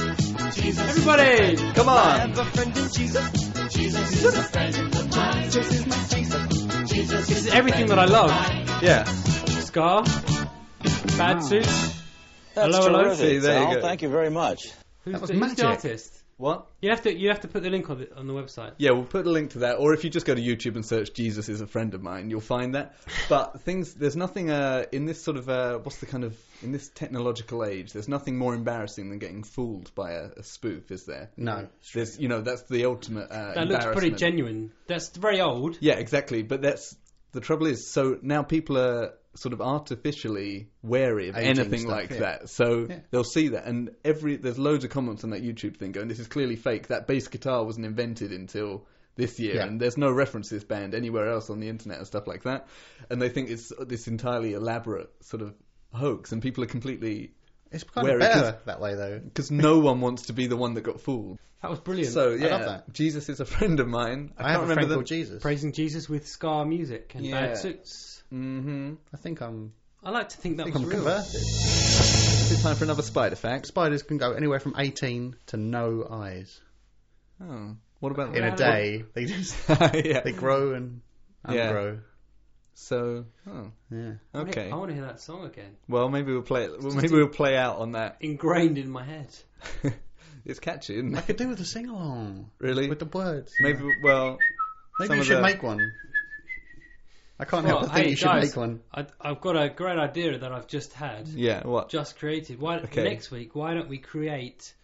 [SPEAKER 4] Jesus is my
[SPEAKER 1] Everybody,
[SPEAKER 4] friend.
[SPEAKER 2] come
[SPEAKER 4] I
[SPEAKER 2] on.
[SPEAKER 4] have a friend in Jesus. Jesus is a friend. Jesus is my Jesus. Jesus
[SPEAKER 1] This is everything that I love.
[SPEAKER 2] Yeah.
[SPEAKER 1] Scar. Bad suit.
[SPEAKER 5] That's
[SPEAKER 1] Hello, hello.
[SPEAKER 5] terrific,
[SPEAKER 2] See, there you
[SPEAKER 5] Sal.
[SPEAKER 2] go.
[SPEAKER 5] Thank you very much.
[SPEAKER 1] Who's,
[SPEAKER 3] was
[SPEAKER 1] the, who's
[SPEAKER 3] magic.
[SPEAKER 1] the artist?
[SPEAKER 2] What?
[SPEAKER 1] You have to you have to put the link on the on the website.
[SPEAKER 2] Yeah, we'll put a link to that, or if you just go to YouTube and search "Jesus is a friend of mine," you'll find that. But things, there's nothing uh, in this sort of uh, what's the kind of in this technological age. There's nothing more embarrassing than getting fooled by a, a spoof, is there?
[SPEAKER 3] No.
[SPEAKER 2] There's, you know, that's the ultimate. Uh,
[SPEAKER 1] That looks pretty
[SPEAKER 2] embarrassment.
[SPEAKER 1] genuine. That's very old.
[SPEAKER 2] Yeah, exactly. But that's the trouble is, so now people are sort of artificially wary of
[SPEAKER 3] Aging
[SPEAKER 2] anything
[SPEAKER 3] stuff,
[SPEAKER 2] like
[SPEAKER 3] yeah.
[SPEAKER 2] that. So
[SPEAKER 3] Yeah.
[SPEAKER 2] they'll see that, and every there's loads of comments on that YouTube thing going, "This is clearly fake. That bass guitar wasn't invented until." this year,
[SPEAKER 3] Yeah.
[SPEAKER 2] and there's no reference to this band anywhere else on the internet and stuff like that. And they think it's this entirely elaborate sort of hoax, and people are completely
[SPEAKER 3] It's kind
[SPEAKER 2] Where
[SPEAKER 3] of
[SPEAKER 2] it
[SPEAKER 3] better that way, though.
[SPEAKER 2] because no one wants to be the one that got fooled.
[SPEAKER 1] That was brilliant.
[SPEAKER 2] So yeah,
[SPEAKER 3] that.
[SPEAKER 2] Jesus is a friend of mine. I,
[SPEAKER 3] I,
[SPEAKER 2] can't
[SPEAKER 3] have a friend
[SPEAKER 2] remember
[SPEAKER 3] called
[SPEAKER 2] the.
[SPEAKER 3] Jesus.
[SPEAKER 1] praising Jesus with ska music and
[SPEAKER 2] Yeah.
[SPEAKER 1] bad suits.
[SPEAKER 2] Mm-hmm.
[SPEAKER 3] I think I'm,
[SPEAKER 1] I like to think that
[SPEAKER 3] I think
[SPEAKER 1] was
[SPEAKER 3] I'm
[SPEAKER 1] real.
[SPEAKER 3] converted.
[SPEAKER 2] Is it time for another spider fact?
[SPEAKER 3] Spiders can go anywhere from 18 to no eyes
[SPEAKER 2] Oh, what about
[SPEAKER 3] in
[SPEAKER 1] Yeah.
[SPEAKER 3] a day. They just
[SPEAKER 2] yeah.
[SPEAKER 3] they grow and, and
[SPEAKER 2] Yeah.
[SPEAKER 3] grow.
[SPEAKER 2] So, oh,
[SPEAKER 3] Yeah.
[SPEAKER 1] I wanna-
[SPEAKER 2] okay.
[SPEAKER 1] I want to hear that song again.
[SPEAKER 2] Well, maybe we'll play. Well, maybe we'll play out on that.
[SPEAKER 1] Ingrained in my head.
[SPEAKER 2] it's catchy, isn't
[SPEAKER 3] I
[SPEAKER 2] it?
[SPEAKER 3] could do with a sing along
[SPEAKER 2] Really?
[SPEAKER 3] with the words.
[SPEAKER 2] Maybe. Well,
[SPEAKER 3] Maybe
[SPEAKER 2] some
[SPEAKER 3] you
[SPEAKER 2] of
[SPEAKER 3] should
[SPEAKER 2] the-
[SPEAKER 3] make one. I can't
[SPEAKER 1] Well,
[SPEAKER 3] help but think
[SPEAKER 1] hey,
[SPEAKER 3] you should
[SPEAKER 1] guys.
[SPEAKER 3] make one.
[SPEAKER 1] I, I've got a great idea that I've just had,
[SPEAKER 2] yeah. What?
[SPEAKER 1] just created. Why
[SPEAKER 2] Okay.
[SPEAKER 1] next week? Why don't we create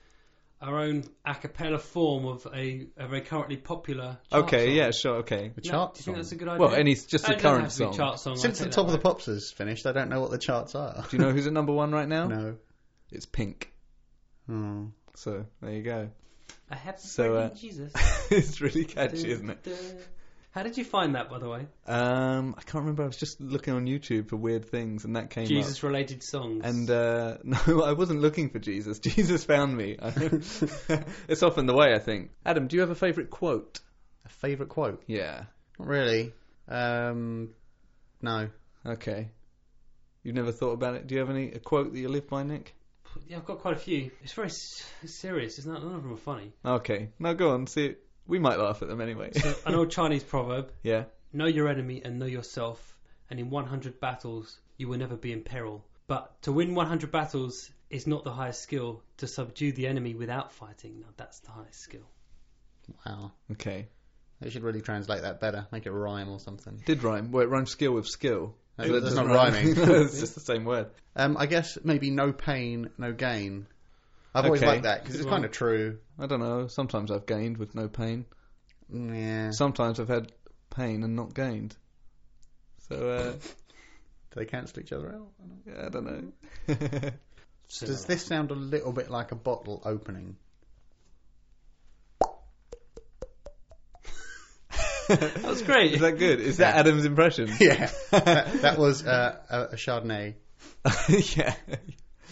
[SPEAKER 1] our own a cappella form of a, a very currently popular? Chart
[SPEAKER 2] Okay.
[SPEAKER 1] song?
[SPEAKER 2] Yeah. Sure. Okay.
[SPEAKER 3] The
[SPEAKER 1] No,
[SPEAKER 3] chart
[SPEAKER 1] do you think that's a
[SPEAKER 3] song.
[SPEAKER 1] good idea?
[SPEAKER 2] Well, any just
[SPEAKER 1] I
[SPEAKER 2] the
[SPEAKER 1] don't
[SPEAKER 2] current
[SPEAKER 1] have to be
[SPEAKER 2] song.
[SPEAKER 1] Chart song.
[SPEAKER 3] Since
[SPEAKER 1] I
[SPEAKER 3] the
[SPEAKER 1] take
[SPEAKER 3] top of
[SPEAKER 1] that
[SPEAKER 3] the
[SPEAKER 1] back.
[SPEAKER 3] pops is finished, I don't know what the charts are.
[SPEAKER 2] Do you know who's at number one right now?
[SPEAKER 3] no.
[SPEAKER 2] It's Pink.
[SPEAKER 3] Oh.
[SPEAKER 2] So there you go.
[SPEAKER 1] I have to
[SPEAKER 2] So, uh,
[SPEAKER 1] Jesus.
[SPEAKER 2] it's really catchy, isn't it?
[SPEAKER 1] How did you find that, by the way?
[SPEAKER 2] Um, I can't remember. I was just looking on YouTube for weird things, and that came up.
[SPEAKER 1] Jesus-related songs.
[SPEAKER 2] And uh, no, I wasn't looking for Jesus. Jesus found me. it's often the way, I think. Adam, do you have a favourite quote?
[SPEAKER 3] A favourite quote?
[SPEAKER 2] Yeah.
[SPEAKER 3] Not really. Um, no.
[SPEAKER 2] Okay. You've never thought about it. Do you have any a quote that you live by, Nick?
[SPEAKER 1] yeah, I've got quite a few. It's very s- serious, isn't it? None of them are funny.
[SPEAKER 2] Okay. No, go on. See, we might laugh at them anyway.
[SPEAKER 1] So, an old Chinese proverb:
[SPEAKER 2] yeah.
[SPEAKER 1] "Know your enemy and know yourself, and in 100 battles you will never be in peril." But to win 100 battles is not the highest skill. To subdue the enemy without fighting, now that's the highest skill.
[SPEAKER 3] Wow.
[SPEAKER 2] Okay.
[SPEAKER 3] They should really translate that better. Make it rhyme or something.
[SPEAKER 2] Did rhyme. Well, it rhymes skill with skill.
[SPEAKER 3] That's,
[SPEAKER 2] So that
[SPEAKER 3] that's
[SPEAKER 2] doesn't
[SPEAKER 3] not
[SPEAKER 2] rhyme.
[SPEAKER 3] rhyming.
[SPEAKER 2] No, it's just the same word.
[SPEAKER 3] Um, I guess maybe no pain, no gain. I've always
[SPEAKER 2] Okay.
[SPEAKER 3] liked that because
[SPEAKER 1] Good
[SPEAKER 3] it's
[SPEAKER 1] one.
[SPEAKER 3] kind of true.
[SPEAKER 2] I don't know. Sometimes I've gained with no pain.
[SPEAKER 3] Yeah.
[SPEAKER 2] Sometimes I've had pain and not gained. So uh,
[SPEAKER 3] Do they cancel each other out?
[SPEAKER 2] yeah, I don't know.
[SPEAKER 1] Similar.
[SPEAKER 3] Does this sound a little bit like a bottle opening?
[SPEAKER 2] that
[SPEAKER 1] was great.
[SPEAKER 2] Is that good? Is that
[SPEAKER 3] Yeah.
[SPEAKER 2] Adam's impression?
[SPEAKER 3] Yeah. that, that was uh, a, a Chardonnay.
[SPEAKER 2] yeah.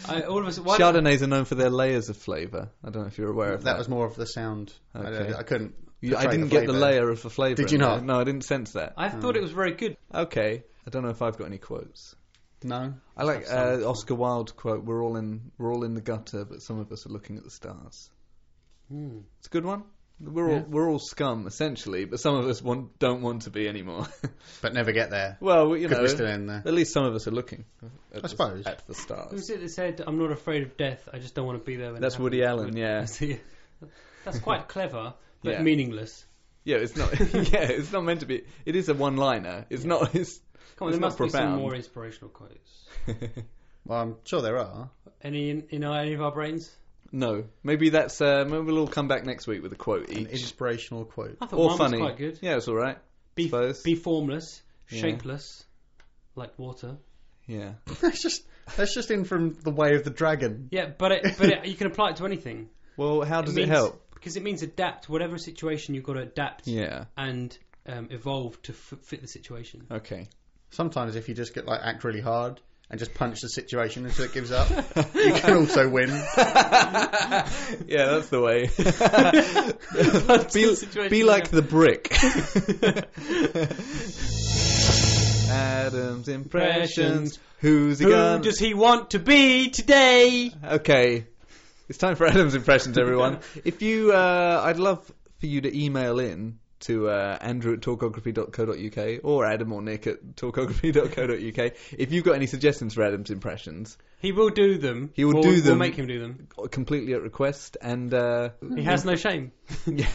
[SPEAKER 1] I, all of us? Why
[SPEAKER 2] Chardonnays are known for their layers of flavour. I don't know if you're aware of
[SPEAKER 3] That,
[SPEAKER 2] that.
[SPEAKER 3] was more of the sound. I,
[SPEAKER 2] Okay.
[SPEAKER 3] don't- I couldn't.
[SPEAKER 2] You- I
[SPEAKER 3] portray
[SPEAKER 2] didn't get the
[SPEAKER 3] flavour.
[SPEAKER 2] layer of the flavour.
[SPEAKER 3] Did you
[SPEAKER 2] in there.
[SPEAKER 3] not?
[SPEAKER 2] No, I didn't sense that.
[SPEAKER 1] I thought it was very good.
[SPEAKER 2] Okay. I don't know if I've got any quotes.
[SPEAKER 3] No.
[SPEAKER 2] I like uh, Oscar Wilde's quote: "We're all in, we're all in the gutter, but some of us are looking at the stars."
[SPEAKER 1] Hmm.
[SPEAKER 2] It's a good one. We're all
[SPEAKER 3] Yeah.
[SPEAKER 2] we're all scum essentially, but some of us want, don't want to be anymore.
[SPEAKER 3] But never get there.
[SPEAKER 2] well, you
[SPEAKER 3] Could
[SPEAKER 2] know,
[SPEAKER 3] be still in there.
[SPEAKER 2] at least some of us are looking. At the,
[SPEAKER 3] suppose.
[SPEAKER 2] at
[SPEAKER 1] Who
[SPEAKER 2] the stars.
[SPEAKER 1] was it that said, "I'm not afraid of death. I just don't want to be there"? When it
[SPEAKER 2] That's Woody
[SPEAKER 1] happens."
[SPEAKER 2] Allen, yeah.
[SPEAKER 1] See, that's quite clever, but
[SPEAKER 2] Yeah.
[SPEAKER 1] meaningless.
[SPEAKER 2] Yeah, it's not. yeah, it's not meant to be. It is a one-liner. It's not. It's
[SPEAKER 1] Come on,
[SPEAKER 2] It's
[SPEAKER 1] there
[SPEAKER 2] not
[SPEAKER 1] must be
[SPEAKER 2] profound.
[SPEAKER 1] some more inspirational quotes.
[SPEAKER 3] Well, I'm sure there are.
[SPEAKER 1] Any in, in our- any of our brains?
[SPEAKER 2] no. Maybe that's. Uh, maybe we'll all come back next week with a quote
[SPEAKER 3] An
[SPEAKER 2] each,
[SPEAKER 3] inspirational quote.
[SPEAKER 1] I thought
[SPEAKER 2] or
[SPEAKER 1] one
[SPEAKER 2] funny.
[SPEAKER 1] was quite good.
[SPEAKER 2] Yeah, it's all right.
[SPEAKER 1] Be,
[SPEAKER 2] suppose.
[SPEAKER 1] be formless,
[SPEAKER 2] Yeah.
[SPEAKER 1] shapeless, like water.
[SPEAKER 2] Yeah.
[SPEAKER 3] that's just that's just in from the way of the dragon.
[SPEAKER 1] Yeah, but it, but it, you can apply it to anything.
[SPEAKER 2] Well, how does it,
[SPEAKER 1] means-
[SPEAKER 2] help?
[SPEAKER 1] Because it means adapt. Whatever situation you've got to adapt
[SPEAKER 2] Yeah.
[SPEAKER 1] and um, evolve to f- fit the situation.
[SPEAKER 2] Okay.
[SPEAKER 3] Sometimes if you just get like act really hard and just punch the situation until it gives up, you can also win.
[SPEAKER 2] Yeah, that's the way.
[SPEAKER 1] the
[SPEAKER 2] be,
[SPEAKER 1] situation,
[SPEAKER 2] be like
[SPEAKER 1] yeah.
[SPEAKER 2] the brick. Adam's impressions.
[SPEAKER 1] Impressions.
[SPEAKER 2] Who's he
[SPEAKER 1] Who
[SPEAKER 2] gonna?
[SPEAKER 1] does he want to be today?
[SPEAKER 2] Okay. It's time for Adam's impressions, everyone. if you, uh, I'd love for you to email in to uh, Andrew at talkography.co.uk or Adam or Nick at talkography.co.uk if you've got any suggestions for Adam's impressions,
[SPEAKER 1] He will do them.
[SPEAKER 2] He will
[SPEAKER 1] We'll-
[SPEAKER 2] do
[SPEAKER 1] We'll
[SPEAKER 2] them.
[SPEAKER 1] make him do them.
[SPEAKER 2] completely at request. And uh,
[SPEAKER 1] He has no shame.
[SPEAKER 2] yeah,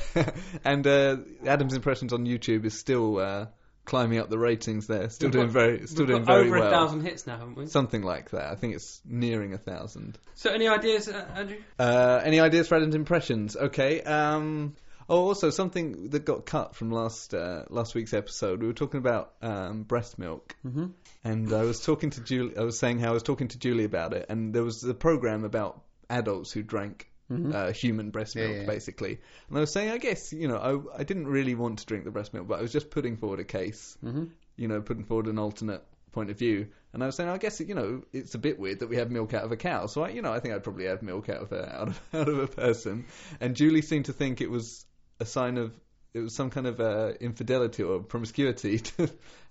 [SPEAKER 2] and uh, Adam's impressions on YouTube is still uh, climbing up the ratings. There, still
[SPEAKER 1] We've
[SPEAKER 2] doing
[SPEAKER 1] got-
[SPEAKER 2] very, still
[SPEAKER 1] We've
[SPEAKER 2] doing
[SPEAKER 1] got
[SPEAKER 2] very
[SPEAKER 1] over
[SPEAKER 2] well.
[SPEAKER 1] a thousand hits now, haven't we?
[SPEAKER 2] Something like that. I think it's nearing a thousand.
[SPEAKER 1] So, any ideas, uh, Andrew?
[SPEAKER 2] Uh, any ideas for Adam's impressions? Okay. Um, oh, also something that got cut from last uh, last week's episode. We were talking about um, breast milk, mm-hmm. and I was talking to Julie. I was saying how I was talking to Julie about it, and there was a program about adults who drank uh, human breast
[SPEAKER 3] Mm-hmm. Yeah,
[SPEAKER 2] milk,
[SPEAKER 3] yeah.
[SPEAKER 2] basically. And I was saying, I guess you know, I, I didn't really want to drink the breast milk, but I was just putting forward a case,
[SPEAKER 3] Mm-hmm.
[SPEAKER 2] you know, putting forward an alternate point of view. And I was saying, I guess you know, it's a bit weird that we have milk out of a cow. So I, you know, I think I'd probably have milk out of a out of, out of a person. And Julie seemed to think it was a sign of it was some kind of uh, infidelity or promiscuity to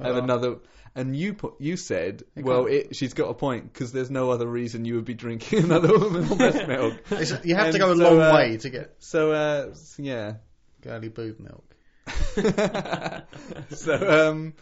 [SPEAKER 2] have
[SPEAKER 3] um,
[SPEAKER 2] another. And you put, you said, well, it, she's got a point because there's no other reason you would be drinking another woman's breast milk.
[SPEAKER 3] It's- you have to
[SPEAKER 2] And
[SPEAKER 3] go a
[SPEAKER 2] so,
[SPEAKER 3] long
[SPEAKER 2] uh,
[SPEAKER 3] way to get
[SPEAKER 2] So uh, s- yeah.
[SPEAKER 3] girly boob milk.
[SPEAKER 2] so um,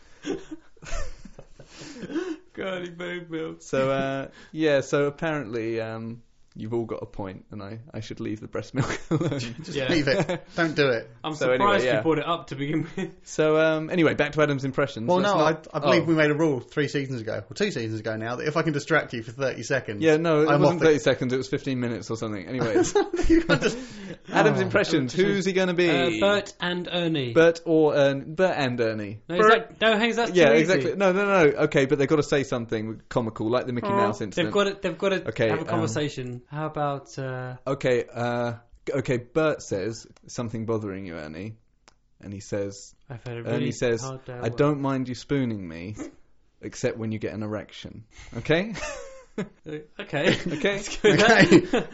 [SPEAKER 1] Girly boob milk.
[SPEAKER 2] so uh, yeah. So apparently um, you've all got a point, and I, I should leave the breast milk alone.
[SPEAKER 3] Just
[SPEAKER 1] Yeah.
[SPEAKER 3] leave it. Don't do it.
[SPEAKER 1] I'm
[SPEAKER 2] So
[SPEAKER 1] surprised
[SPEAKER 2] anyway, yeah.
[SPEAKER 1] you brought it up to begin with.
[SPEAKER 2] so um, anyway, back to Adam's impressions.
[SPEAKER 3] Well,
[SPEAKER 2] Let's
[SPEAKER 3] no,
[SPEAKER 2] not-
[SPEAKER 3] I, I believe
[SPEAKER 2] oh.
[SPEAKER 3] we made a rule three seasons ago, or two seasons ago now, that if I can distract you for 30 seconds.
[SPEAKER 2] Yeah, no, it
[SPEAKER 3] I'm
[SPEAKER 2] wasn't
[SPEAKER 3] off the-
[SPEAKER 2] 30 seconds, it was 15 minutes or something. Anyway,
[SPEAKER 3] You can't just- Oh.
[SPEAKER 2] Adam's impressions, who's he going to be?
[SPEAKER 1] Uh, Bert and Ernie.
[SPEAKER 2] Bert or Ern- Bert and Ernie.
[SPEAKER 1] no, is that, no, Hayes, that's
[SPEAKER 2] Yeah,
[SPEAKER 1] too easy.
[SPEAKER 2] exactly. No, no, no. Okay, but they've got to say something comical, like the Mickey Mouse
[SPEAKER 1] Oh. They've
[SPEAKER 2] incident.
[SPEAKER 1] got to, they've got to
[SPEAKER 2] Okay,
[SPEAKER 1] have a
[SPEAKER 2] um,
[SPEAKER 1] conversation. How about uh,
[SPEAKER 2] Okay, uh, okay. Bert says something bothering you, Ernie, and he says,
[SPEAKER 1] I've had a really
[SPEAKER 2] Ernie says,
[SPEAKER 1] hard day at
[SPEAKER 2] "I
[SPEAKER 1] work."
[SPEAKER 2] don't mind you spooning me, except when you get an erection." Okay.
[SPEAKER 1] Okay.
[SPEAKER 2] Okay.
[SPEAKER 3] Okay.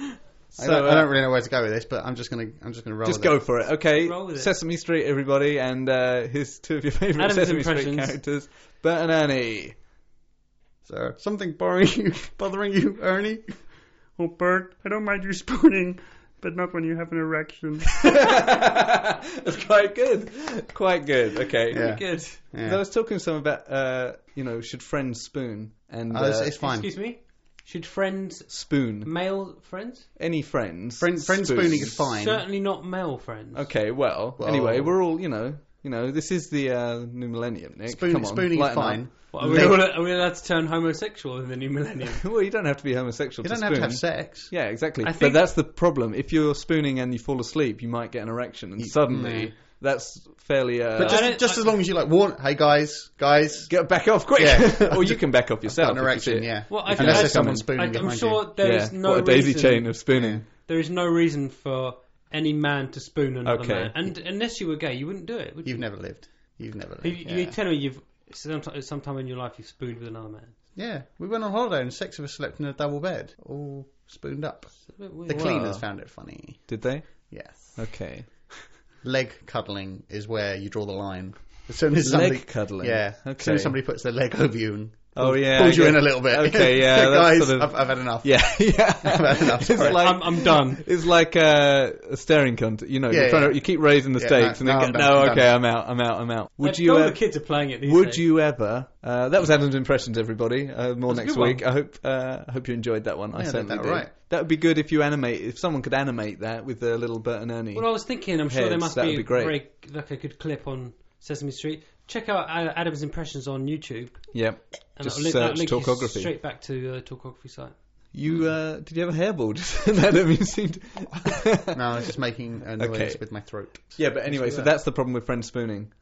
[SPEAKER 2] So,
[SPEAKER 3] I, don't, I
[SPEAKER 2] uh,
[SPEAKER 3] don't really know where to go with this, but I'm just gonna I'm just gonna roll.
[SPEAKER 2] Just
[SPEAKER 3] with it.
[SPEAKER 2] go for it. Okay.
[SPEAKER 1] Roll with it.
[SPEAKER 2] Sesame Street, everybody, and uh, here's two of your favourite
[SPEAKER 1] Adam's
[SPEAKER 2] Sesame Street
[SPEAKER 1] impressions.
[SPEAKER 2] characters, Bert and Ernie.
[SPEAKER 3] So something boring you, bothering you, Ernie.
[SPEAKER 5] Oh, Bert, I don't mind you spooning, but not when you have an erection.
[SPEAKER 2] That's quite good. Quite good. Okay.
[SPEAKER 3] Yeah.
[SPEAKER 1] Good.
[SPEAKER 2] I
[SPEAKER 3] Yeah.
[SPEAKER 2] was talking to someone about, uh, you know, should friends spoon and
[SPEAKER 3] Oh, it's,
[SPEAKER 2] uh,
[SPEAKER 3] it's fine.
[SPEAKER 1] Excuse me. Should friends,
[SPEAKER 2] spoon
[SPEAKER 1] male friends,
[SPEAKER 2] any friends.
[SPEAKER 3] Friend, friend
[SPEAKER 2] spoon.
[SPEAKER 3] spooning is fine.
[SPEAKER 1] certainly not male friends.
[SPEAKER 2] Okay. Well,
[SPEAKER 3] Well-
[SPEAKER 2] anyway, we're all you know, you know, this is the uh, new millennium, Nick.
[SPEAKER 3] Spoon,
[SPEAKER 2] Come on,
[SPEAKER 3] spooning is
[SPEAKER 2] lighten up.
[SPEAKER 3] fine.
[SPEAKER 1] What, are, we all, are we allowed to turn homosexual in the new millennium?
[SPEAKER 2] well, you don't have to be homosexual.
[SPEAKER 3] You
[SPEAKER 2] to
[SPEAKER 3] don't have
[SPEAKER 2] spoon.
[SPEAKER 3] to have sex.
[SPEAKER 2] Yeah, exactly.
[SPEAKER 1] I
[SPEAKER 2] But
[SPEAKER 1] think-
[SPEAKER 2] that's the problem. If you're spooning and you fall asleep, you might get an erection, and suddenly
[SPEAKER 3] Mm.
[SPEAKER 2] that's fairly. Uh,
[SPEAKER 3] But
[SPEAKER 1] I
[SPEAKER 3] just,
[SPEAKER 1] don't-
[SPEAKER 3] just
[SPEAKER 1] I-
[SPEAKER 3] as long as you like warn, hey guys, guys,
[SPEAKER 2] get back off quick,
[SPEAKER 3] Yeah.
[SPEAKER 2] or you can back off yourself.
[SPEAKER 3] an
[SPEAKER 2] if you see
[SPEAKER 3] erection.
[SPEAKER 2] it.
[SPEAKER 3] Yeah.
[SPEAKER 1] Well, I-
[SPEAKER 3] Unless
[SPEAKER 1] I-
[SPEAKER 3] there's someone spooning
[SPEAKER 1] I, I'm
[SPEAKER 3] behind
[SPEAKER 1] sure
[SPEAKER 3] you.
[SPEAKER 1] there is
[SPEAKER 2] Yeah,
[SPEAKER 1] no
[SPEAKER 2] what a daisy
[SPEAKER 1] reason,
[SPEAKER 2] chain of spooning.
[SPEAKER 1] There is no reason for any man to spoon another
[SPEAKER 2] Okay.
[SPEAKER 1] man, and unless you were gay, you wouldn't do it. Would you?
[SPEAKER 3] You've never lived. You've never lived.
[SPEAKER 1] You,
[SPEAKER 3] yeah.
[SPEAKER 1] you tell me you've sometime, sometime in your life you've spooned with another man.
[SPEAKER 3] Yeah. We went on holiday and six of us slept in a double bed, all spooned up.
[SPEAKER 1] It's a bit weird.
[SPEAKER 3] The cleaners
[SPEAKER 2] Wow.
[SPEAKER 3] found it funny.
[SPEAKER 2] Did they?
[SPEAKER 3] Yes.
[SPEAKER 2] Okay.
[SPEAKER 3] Leg cuddling is where you draw the line. As soon as somebody,
[SPEAKER 2] Leg cuddling.
[SPEAKER 3] yeah, as
[SPEAKER 2] Okay.
[SPEAKER 3] soon as somebody puts their leg over you and
[SPEAKER 2] oh yeah.
[SPEAKER 3] pulls
[SPEAKER 2] I
[SPEAKER 3] you
[SPEAKER 2] guess-
[SPEAKER 3] in a little bit.
[SPEAKER 2] Okay. Yeah. that's
[SPEAKER 3] guys,
[SPEAKER 2] sort of-
[SPEAKER 3] I've, I've had enough.
[SPEAKER 2] Yeah. Yeah.
[SPEAKER 3] Fair enough,
[SPEAKER 2] it's
[SPEAKER 3] sorry.
[SPEAKER 2] like.
[SPEAKER 1] I'm, I'm done.
[SPEAKER 2] it's like uh, a staring contest. You know,
[SPEAKER 3] Yeah,
[SPEAKER 2] you're trying
[SPEAKER 3] yeah.
[SPEAKER 2] to, you keep raising the
[SPEAKER 3] Yeah,
[SPEAKER 2] stakes,
[SPEAKER 3] no,
[SPEAKER 2] and
[SPEAKER 3] no,
[SPEAKER 2] then
[SPEAKER 3] I'm
[SPEAKER 2] go,
[SPEAKER 3] done,
[SPEAKER 2] no,
[SPEAKER 3] I'm
[SPEAKER 2] okay, I'm out, I'm out, I'm out. Would
[SPEAKER 1] Like,
[SPEAKER 2] you?
[SPEAKER 1] all
[SPEAKER 2] Uh,
[SPEAKER 1] the kids are playing it. These
[SPEAKER 2] Would
[SPEAKER 1] days.
[SPEAKER 2] you ever? Uh, that was Adam's impressions, everybody. Uh, more
[SPEAKER 1] was a
[SPEAKER 2] next
[SPEAKER 1] good one.
[SPEAKER 2] week. I hope. Uh, I hope you enjoyed that one. I
[SPEAKER 3] Yeah, I did
[SPEAKER 2] certainly
[SPEAKER 3] that
[SPEAKER 2] did.
[SPEAKER 3] right.
[SPEAKER 2] That would be good if you animate. If someone could animate that with a little Bert and Ernie.
[SPEAKER 1] Well, I was thinking. I'm sure there
[SPEAKER 2] Heads,
[SPEAKER 1] must
[SPEAKER 2] that
[SPEAKER 1] be,
[SPEAKER 2] would be great.
[SPEAKER 1] very like a good clip on Sesame Street. Check out uh, Adam's impressions on YouTube.
[SPEAKER 2] yep.
[SPEAKER 1] And
[SPEAKER 2] Just
[SPEAKER 1] that'll link-
[SPEAKER 2] search
[SPEAKER 1] that'll link you
[SPEAKER 2] Talkography.
[SPEAKER 1] Straight back to uh, talkography site.
[SPEAKER 2] You uh, did you have a hairball? Just Adam, you seemed.
[SPEAKER 3] No, I was just making a noise
[SPEAKER 2] Okay.
[SPEAKER 3] with my throat.
[SPEAKER 2] Yeah, but anyway, so that's the problem with friend spooning.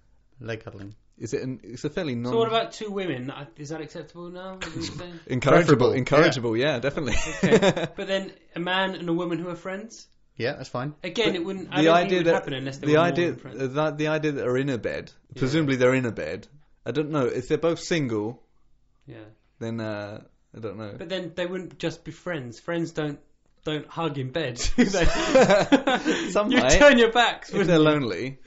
[SPEAKER 3] Leg cuddling.
[SPEAKER 2] Is it? An, it's a fairly non.
[SPEAKER 1] So what about two women? I- Is that acceptable now? Is that what you're saying?
[SPEAKER 2] encourageable?
[SPEAKER 3] Preferable,
[SPEAKER 2] Encourageable, yeah, definitely.
[SPEAKER 1] but then a man and a woman who are friends.
[SPEAKER 3] Yeah, that's fine.
[SPEAKER 1] Again, it wouldn't. I
[SPEAKER 2] the
[SPEAKER 1] don't
[SPEAKER 2] idea
[SPEAKER 1] think it would
[SPEAKER 2] that
[SPEAKER 1] happen unless they
[SPEAKER 2] the
[SPEAKER 1] were
[SPEAKER 2] idea
[SPEAKER 1] more than friends.
[SPEAKER 2] that the idea that are in a bed. Presumably they're in a bed. I don't know if they're both single.
[SPEAKER 1] yeah,
[SPEAKER 2] Then uh, I don't know.
[SPEAKER 1] but then they wouldn't just be friends. Friends don't don't hug in bed. Do they?
[SPEAKER 2] Some
[SPEAKER 1] you
[SPEAKER 2] might.
[SPEAKER 1] turn your backs.
[SPEAKER 2] if
[SPEAKER 1] wouldn't
[SPEAKER 2] they're
[SPEAKER 1] you?
[SPEAKER 2] lonely.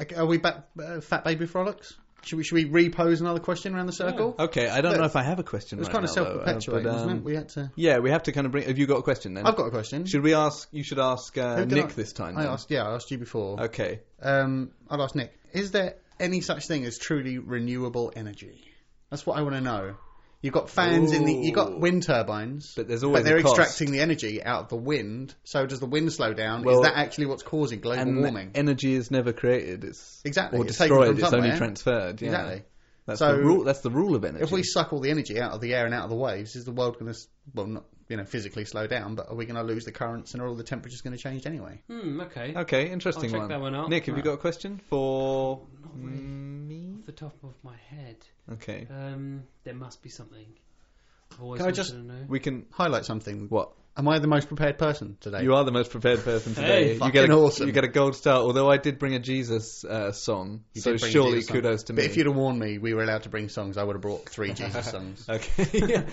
[SPEAKER 3] Okay, Are we back? Uh, fat baby frolics. Should we should we repose another question around the circle?
[SPEAKER 2] Okay, I don't
[SPEAKER 3] Look,
[SPEAKER 2] know if I have a question.
[SPEAKER 3] It was
[SPEAKER 2] right
[SPEAKER 3] kind of
[SPEAKER 2] now, though, uh,
[SPEAKER 3] self-perpetuating,
[SPEAKER 2] but,
[SPEAKER 3] wasn't it?
[SPEAKER 2] um,
[SPEAKER 3] We had to.
[SPEAKER 2] Yeah, we have to kind of bring. Have you got a question then?
[SPEAKER 3] I've got a question.
[SPEAKER 2] Should we ask? You should ask uh,
[SPEAKER 3] Who did
[SPEAKER 2] Nick
[SPEAKER 3] I-
[SPEAKER 2] this time.
[SPEAKER 3] I
[SPEAKER 2] then.
[SPEAKER 3] asked. Yeah, I asked you before.
[SPEAKER 2] Okay.
[SPEAKER 3] Um, I'll ask Nick. Is there any such thing as truly renewable energy? That's what I want to know. You've got fans in the. You've got
[SPEAKER 2] Ooh.
[SPEAKER 3] wind turbines,
[SPEAKER 2] But there's always
[SPEAKER 3] they're
[SPEAKER 2] a cost.
[SPEAKER 3] extracting the energy out of the wind. So does the wind slow down?
[SPEAKER 2] Well,
[SPEAKER 3] is that actually what's causing global
[SPEAKER 2] And
[SPEAKER 3] warming?
[SPEAKER 2] energy is never created. It's
[SPEAKER 3] Exactly,
[SPEAKER 2] or
[SPEAKER 3] it's taken from
[SPEAKER 2] destroyed. It's only
[SPEAKER 3] somewhere.
[SPEAKER 2] transferred. Yeah.
[SPEAKER 3] Exactly.
[SPEAKER 2] That's
[SPEAKER 3] So-
[SPEAKER 2] the rule. That's the rule of energy.
[SPEAKER 3] If we suck all the energy out of the air and out of the waves, is the world going to, well, not you know physically slow down, but are we going to lose the currents and are all the temperatures going to change anyway?
[SPEAKER 1] Hmm. Okay.
[SPEAKER 2] Okay, interesting
[SPEAKER 1] I'll check
[SPEAKER 2] one.
[SPEAKER 1] that one out.
[SPEAKER 2] Nick, have you got a question for
[SPEAKER 1] really. Uh,
[SPEAKER 2] me?
[SPEAKER 1] Off the top of my head,
[SPEAKER 2] Okay,
[SPEAKER 1] um, there must be something. I've always
[SPEAKER 3] Can I
[SPEAKER 1] wanted
[SPEAKER 3] just-
[SPEAKER 1] to know.
[SPEAKER 2] we can.
[SPEAKER 3] Highlight something.
[SPEAKER 2] What?
[SPEAKER 3] Am I the most prepared person today?
[SPEAKER 2] You are the most prepared person
[SPEAKER 1] Hey,
[SPEAKER 2] today. you
[SPEAKER 3] fucking
[SPEAKER 2] get a,
[SPEAKER 3] awesome.
[SPEAKER 2] You get a gold star. Although I did bring a Jesus uh, song,
[SPEAKER 3] You
[SPEAKER 2] so
[SPEAKER 3] did bring
[SPEAKER 2] surely
[SPEAKER 3] Jesus songs.
[SPEAKER 2] kudos to me.
[SPEAKER 3] But if you'd have warned me we were allowed to bring songs, I would have brought three Jesus songs.
[SPEAKER 2] okay,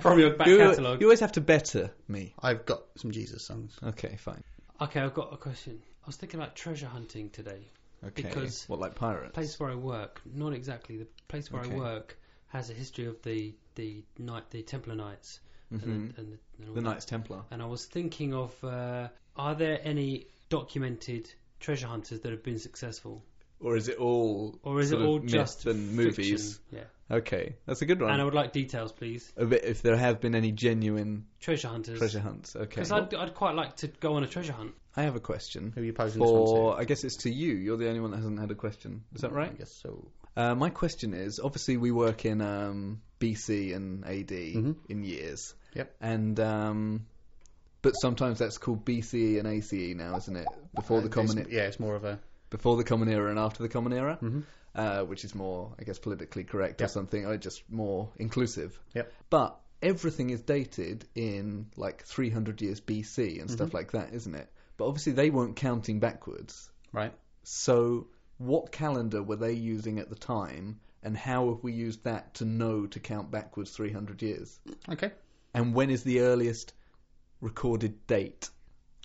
[SPEAKER 1] From your back
[SPEAKER 2] you,
[SPEAKER 1] catalogue.
[SPEAKER 2] You always have to better me.
[SPEAKER 3] I've got some Jesus songs.
[SPEAKER 2] Okay, fine.
[SPEAKER 1] Okay, I've got a question. I was thinking about treasure hunting today.
[SPEAKER 2] Okay,
[SPEAKER 1] Because-
[SPEAKER 2] what like
[SPEAKER 1] The
[SPEAKER 2] pirates?
[SPEAKER 1] place where I work, not exactly the place where
[SPEAKER 2] Okay.
[SPEAKER 1] I work, has a history of the the knight, the Templar Knights, and, the, and, the, and all
[SPEAKER 2] Mm-hmm. the
[SPEAKER 1] that.
[SPEAKER 2] Knights Templar.
[SPEAKER 1] And I was thinking of, uh, are there any documented treasure hunters that have been successful,
[SPEAKER 2] Or is it all?
[SPEAKER 1] or is
[SPEAKER 2] sort
[SPEAKER 1] it
[SPEAKER 2] of
[SPEAKER 1] all
[SPEAKER 2] myth
[SPEAKER 1] just
[SPEAKER 2] and movies?
[SPEAKER 1] fiction? Yeah.
[SPEAKER 2] Okay, that's a good one.
[SPEAKER 1] And I would like details, please.
[SPEAKER 2] A bit- if there have been any genuine
[SPEAKER 1] Treasure hunters.
[SPEAKER 2] treasure hunts. Okay,
[SPEAKER 1] Because I'd, I'd quite like to go on a treasure hunt.
[SPEAKER 2] I have a question.
[SPEAKER 3] Who are you posing this one
[SPEAKER 2] For I guess it's to you. You're the only one that hasn't had a question. Is that
[SPEAKER 3] to?
[SPEAKER 2] right?
[SPEAKER 3] I guess so.
[SPEAKER 2] Uh, my question is: obviously, we work in um, BC and AD in years.
[SPEAKER 3] Mm-hmm. Yep.
[SPEAKER 2] And um, but sometimes that's called BCE and ACE now, isn't it? Before the
[SPEAKER 3] Uh,
[SPEAKER 2] common
[SPEAKER 3] it's- yeah, it's more of a
[SPEAKER 2] before the common era and after the common era,
[SPEAKER 3] Mm-hmm.
[SPEAKER 2] uh, which is more, I guess, politically correct or
[SPEAKER 3] Yep.
[SPEAKER 2] something, or just more inclusive.
[SPEAKER 3] Yep.
[SPEAKER 2] But everything is dated in like 300 years BC and
[SPEAKER 3] Mm-hmm.
[SPEAKER 2] stuff like that, isn't it? But obviously they weren't counting backwards.
[SPEAKER 3] right.
[SPEAKER 2] So what calendar were they using at the time, and how have we used that to know to count backwards 300 years?
[SPEAKER 3] Okay.
[SPEAKER 2] And when is the earliest recorded date?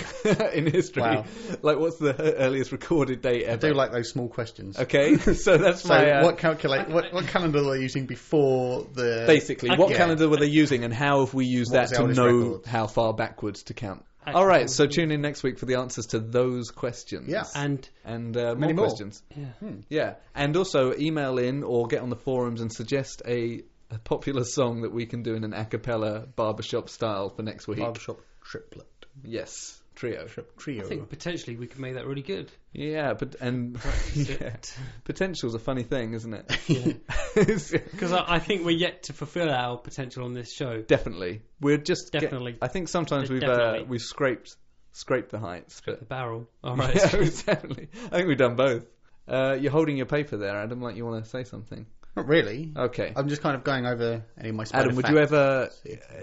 [SPEAKER 2] in history,
[SPEAKER 3] Wow.
[SPEAKER 2] like what's the earliest recorded date ever?
[SPEAKER 3] I do like those small questions.
[SPEAKER 2] Okay, so that's
[SPEAKER 3] So
[SPEAKER 2] my. Uh,
[SPEAKER 3] what calculate what, what calendar are they using before the
[SPEAKER 2] basically, what
[SPEAKER 3] Yeah.
[SPEAKER 2] calendar were they using, and how have we used
[SPEAKER 3] What was
[SPEAKER 2] that to
[SPEAKER 3] the oldest
[SPEAKER 2] know
[SPEAKER 3] record?
[SPEAKER 2] how far backwards to count?
[SPEAKER 1] Actually,
[SPEAKER 2] All right,
[SPEAKER 1] that
[SPEAKER 2] so
[SPEAKER 1] would be-
[SPEAKER 2] tune in next week for the answers to those questions.
[SPEAKER 3] Yeah.
[SPEAKER 1] And
[SPEAKER 2] and uh, more,
[SPEAKER 3] Many more.
[SPEAKER 2] questions.
[SPEAKER 1] yeah.
[SPEAKER 2] Yeah, and also email in or get on the forums and suggest a, a popular song that we can do in an a cappella barbershop style for next week.
[SPEAKER 3] barbershop triplet
[SPEAKER 2] yes, trio.
[SPEAKER 3] trip
[SPEAKER 1] I
[SPEAKER 3] trio?
[SPEAKER 1] think potentially we could make that really good.
[SPEAKER 2] Yeah, but and yeah. potential's a funny thing, isn't it?
[SPEAKER 1] Because I, I think we're yet to fulfil our potential on this show.
[SPEAKER 2] Definitely, we're just get-
[SPEAKER 1] Definitely.
[SPEAKER 2] I think sometimes
[SPEAKER 1] De-
[SPEAKER 2] we've uh,
[SPEAKER 1] definitely.
[SPEAKER 2] we've scraped scraped the heights, but
[SPEAKER 1] The barrel. All right.
[SPEAKER 2] yeah, we've definitely. I think we've done both. Uh, you're holding your paper there, Adam. Like you want to say something?
[SPEAKER 3] Not really.
[SPEAKER 2] Okay,
[SPEAKER 3] I'm just kind of going over any of my spider
[SPEAKER 2] Adam. Would
[SPEAKER 3] facts.
[SPEAKER 2] you ever,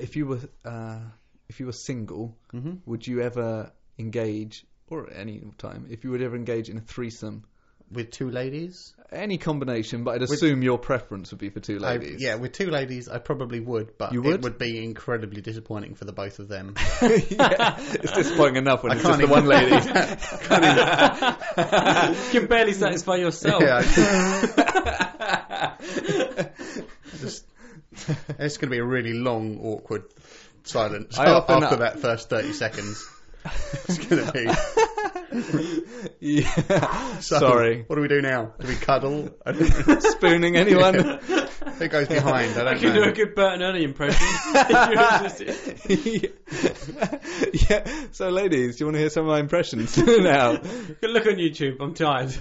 [SPEAKER 2] if you were uh, if you were single, would you ever engage, or at any time, if you would ever engage in a threesome?
[SPEAKER 3] with two ladies?
[SPEAKER 2] Any combination, but I'd assume your preference would be for two
[SPEAKER 3] I-
[SPEAKER 2] ladies.
[SPEAKER 3] yeah, with two ladies, I probably would, but
[SPEAKER 2] Oh, You
[SPEAKER 3] it
[SPEAKER 2] would?
[SPEAKER 3] would be incredibly disappointing for the both of them.
[SPEAKER 2] Yeah. It's disappointing enough when
[SPEAKER 3] I
[SPEAKER 2] it's just
[SPEAKER 3] can't
[SPEAKER 2] the one
[SPEAKER 3] even-
[SPEAKER 2] lady.
[SPEAKER 1] you can barely satisfy yourself.
[SPEAKER 3] yeah, just, it's going to be a really long, awkward silence
[SPEAKER 2] I often-
[SPEAKER 3] after that first thirty seconds. It's going to be.
[SPEAKER 2] yeah.
[SPEAKER 3] So,
[SPEAKER 2] Sorry.
[SPEAKER 3] What do we do now? Do we cuddle? I don't
[SPEAKER 2] Spooning anyone?
[SPEAKER 3] Who goes behind? I
[SPEAKER 1] I
[SPEAKER 3] don't
[SPEAKER 1] can do
[SPEAKER 3] know.
[SPEAKER 1] a good Bert and Ernie impression. If you're interested.
[SPEAKER 2] yeah. So, ladies, do you want to hear some of my impressions now?
[SPEAKER 1] You can Look on YouTube. I'm tired.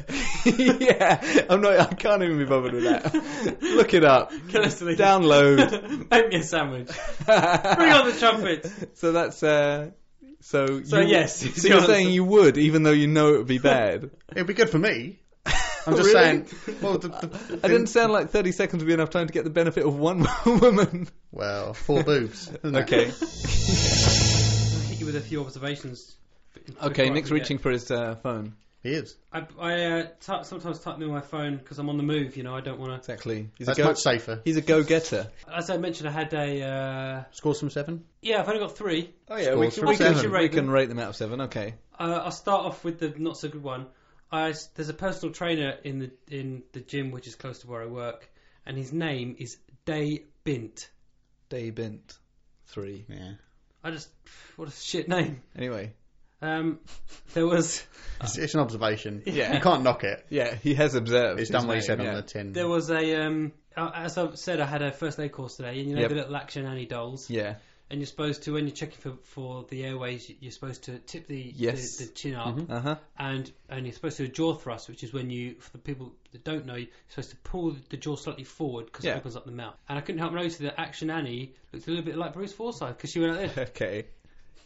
[SPEAKER 2] yeah. I'm not. I can't even be bothered with that. Look it up.
[SPEAKER 1] Kill us to the-
[SPEAKER 2] Download.
[SPEAKER 1] Make me a sandwich. Bring on the trumpets.
[SPEAKER 2] so that's. Uh, so.
[SPEAKER 1] So
[SPEAKER 2] you-
[SPEAKER 1] yes, it's
[SPEAKER 2] So you're
[SPEAKER 1] the
[SPEAKER 2] saying
[SPEAKER 1] answer.
[SPEAKER 2] you would, even though you know it would be bad.
[SPEAKER 3] It'd be good for me. I'm just
[SPEAKER 2] Oh, Really?
[SPEAKER 3] saying. Well, the, the,
[SPEAKER 2] I didn't sound like 30 seconds would be enough time to get the benefit of one woman.
[SPEAKER 3] well, four boobs. isn't it?
[SPEAKER 2] Okay.
[SPEAKER 1] I'll hit you with a few observations.
[SPEAKER 2] Okay,
[SPEAKER 1] Before I
[SPEAKER 2] Nick's
[SPEAKER 1] forget.
[SPEAKER 2] reaching for his uh, phone.
[SPEAKER 3] He is.
[SPEAKER 1] I, I uh, type- sometimes type them on my phone because I'm on the move. You know, I don't want to.
[SPEAKER 2] Exactly. He's
[SPEAKER 3] That's
[SPEAKER 2] a go-
[SPEAKER 3] much safer.
[SPEAKER 2] He's a go-getter.
[SPEAKER 1] As I mentioned, I had a. Uh,
[SPEAKER 3] Scores from seven.
[SPEAKER 1] yeah, I've only got three.
[SPEAKER 2] Oh
[SPEAKER 3] yeah, we can- we
[SPEAKER 2] can,
[SPEAKER 1] can- we
[SPEAKER 2] rate
[SPEAKER 1] can
[SPEAKER 2] them. out of seven. Okay.
[SPEAKER 1] Uh, I'll start off with the not so good one. I, there's a personal trainer in the in the gym which is close to where I work, and his name is Day Bint.
[SPEAKER 2] Day bint three.
[SPEAKER 3] Yeah.
[SPEAKER 1] I just what a shit name.
[SPEAKER 2] Anyway.
[SPEAKER 1] Um, there was
[SPEAKER 3] It's, it's an observation.
[SPEAKER 2] Yeah.
[SPEAKER 3] You can't knock it.
[SPEAKER 2] Yeah, he has observed.
[SPEAKER 3] It's done what he said on
[SPEAKER 2] yeah.
[SPEAKER 3] the tin.
[SPEAKER 1] there was a um, uh, as I've said, I had a first aid course today, and you know
[SPEAKER 2] Yep.
[SPEAKER 1] the little action Annie dolls,
[SPEAKER 2] Yeah.
[SPEAKER 1] and you're supposed to when you're checking for for the airways, you're supposed to tip the
[SPEAKER 2] Yes.
[SPEAKER 1] the, the chin up.
[SPEAKER 2] Uh huh.
[SPEAKER 1] and and you're supposed to do a jaw thrust, which is when you, for the people that don't know, you're supposed to pull the jaw slightly forward because
[SPEAKER 2] Yeah.
[SPEAKER 1] it opens up the mouth. And I couldn't help but notice that Action Annie looked a little bit like Bruce Forsyth because she went like this.
[SPEAKER 2] Okay.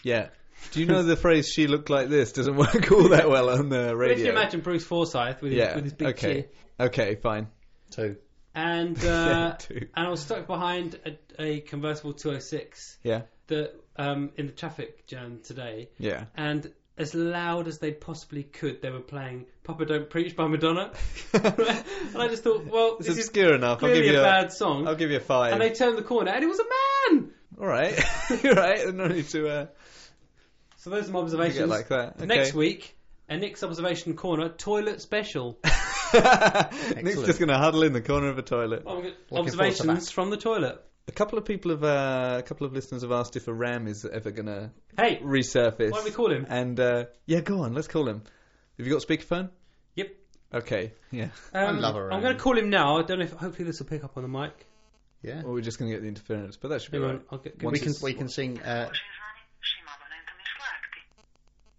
[SPEAKER 2] Yeah. Do you know the phrase "she looked like this" doesn't work all that well on the
[SPEAKER 1] But if you
[SPEAKER 2] radio?
[SPEAKER 1] imagine Bruce Forsyth with, his,
[SPEAKER 2] yeah.
[SPEAKER 1] with his big
[SPEAKER 2] okay.
[SPEAKER 1] chin,
[SPEAKER 2] Okay. Fine.
[SPEAKER 3] Two.
[SPEAKER 1] and uh,
[SPEAKER 2] Yeah, dude.
[SPEAKER 1] and I was stuck behind a, a convertible 206
[SPEAKER 2] Yeah.
[SPEAKER 1] that um, in the traffic jam today,
[SPEAKER 2] Yeah.
[SPEAKER 1] and as loud as they possibly could, they were playing "Papa Don't Preach" by Madonna, and I just thought, well,
[SPEAKER 2] It's
[SPEAKER 1] this is
[SPEAKER 2] obscure enough. I'll give
[SPEAKER 1] clearly
[SPEAKER 2] you
[SPEAKER 1] a
[SPEAKER 2] a-
[SPEAKER 1] bad song.
[SPEAKER 2] I'll give you a five.
[SPEAKER 1] and they turned the corner, and it was a man.
[SPEAKER 2] All right. You're right. No need to uh,
[SPEAKER 1] So those are my
[SPEAKER 2] take it
[SPEAKER 1] observations.
[SPEAKER 2] like that. Okay.
[SPEAKER 1] Next week, a Nick's observation corner toilet special.
[SPEAKER 2] Nick's just going to huddle in the corner of a toilet.
[SPEAKER 1] Oh, we've got
[SPEAKER 3] Looking forward to
[SPEAKER 1] observations from the toilet.
[SPEAKER 2] A couple of people have, uh, a couple of listeners have asked if a ram is ever going to
[SPEAKER 1] Hey,
[SPEAKER 2] resurface.
[SPEAKER 1] Why don't we call him?
[SPEAKER 2] And uh, yeah, go on. Let's call him. Have you got speakerphone?
[SPEAKER 1] Yep.
[SPEAKER 2] Okay. Yeah.
[SPEAKER 1] um,
[SPEAKER 3] love her,
[SPEAKER 1] I'm
[SPEAKER 3] Andy.
[SPEAKER 1] going to call him now. I don't know if hopefully this will pick up on the mic.
[SPEAKER 3] Yeah.
[SPEAKER 2] Well, we're just going to get the interference, but that should be
[SPEAKER 1] Hang
[SPEAKER 2] all
[SPEAKER 1] on,
[SPEAKER 2] right.
[SPEAKER 1] I'll get,
[SPEAKER 3] we
[SPEAKER 1] once
[SPEAKER 3] can
[SPEAKER 1] it's-
[SPEAKER 3] we can sing. Uh,
[SPEAKER 6] Ваши звонки с абонентами сладки.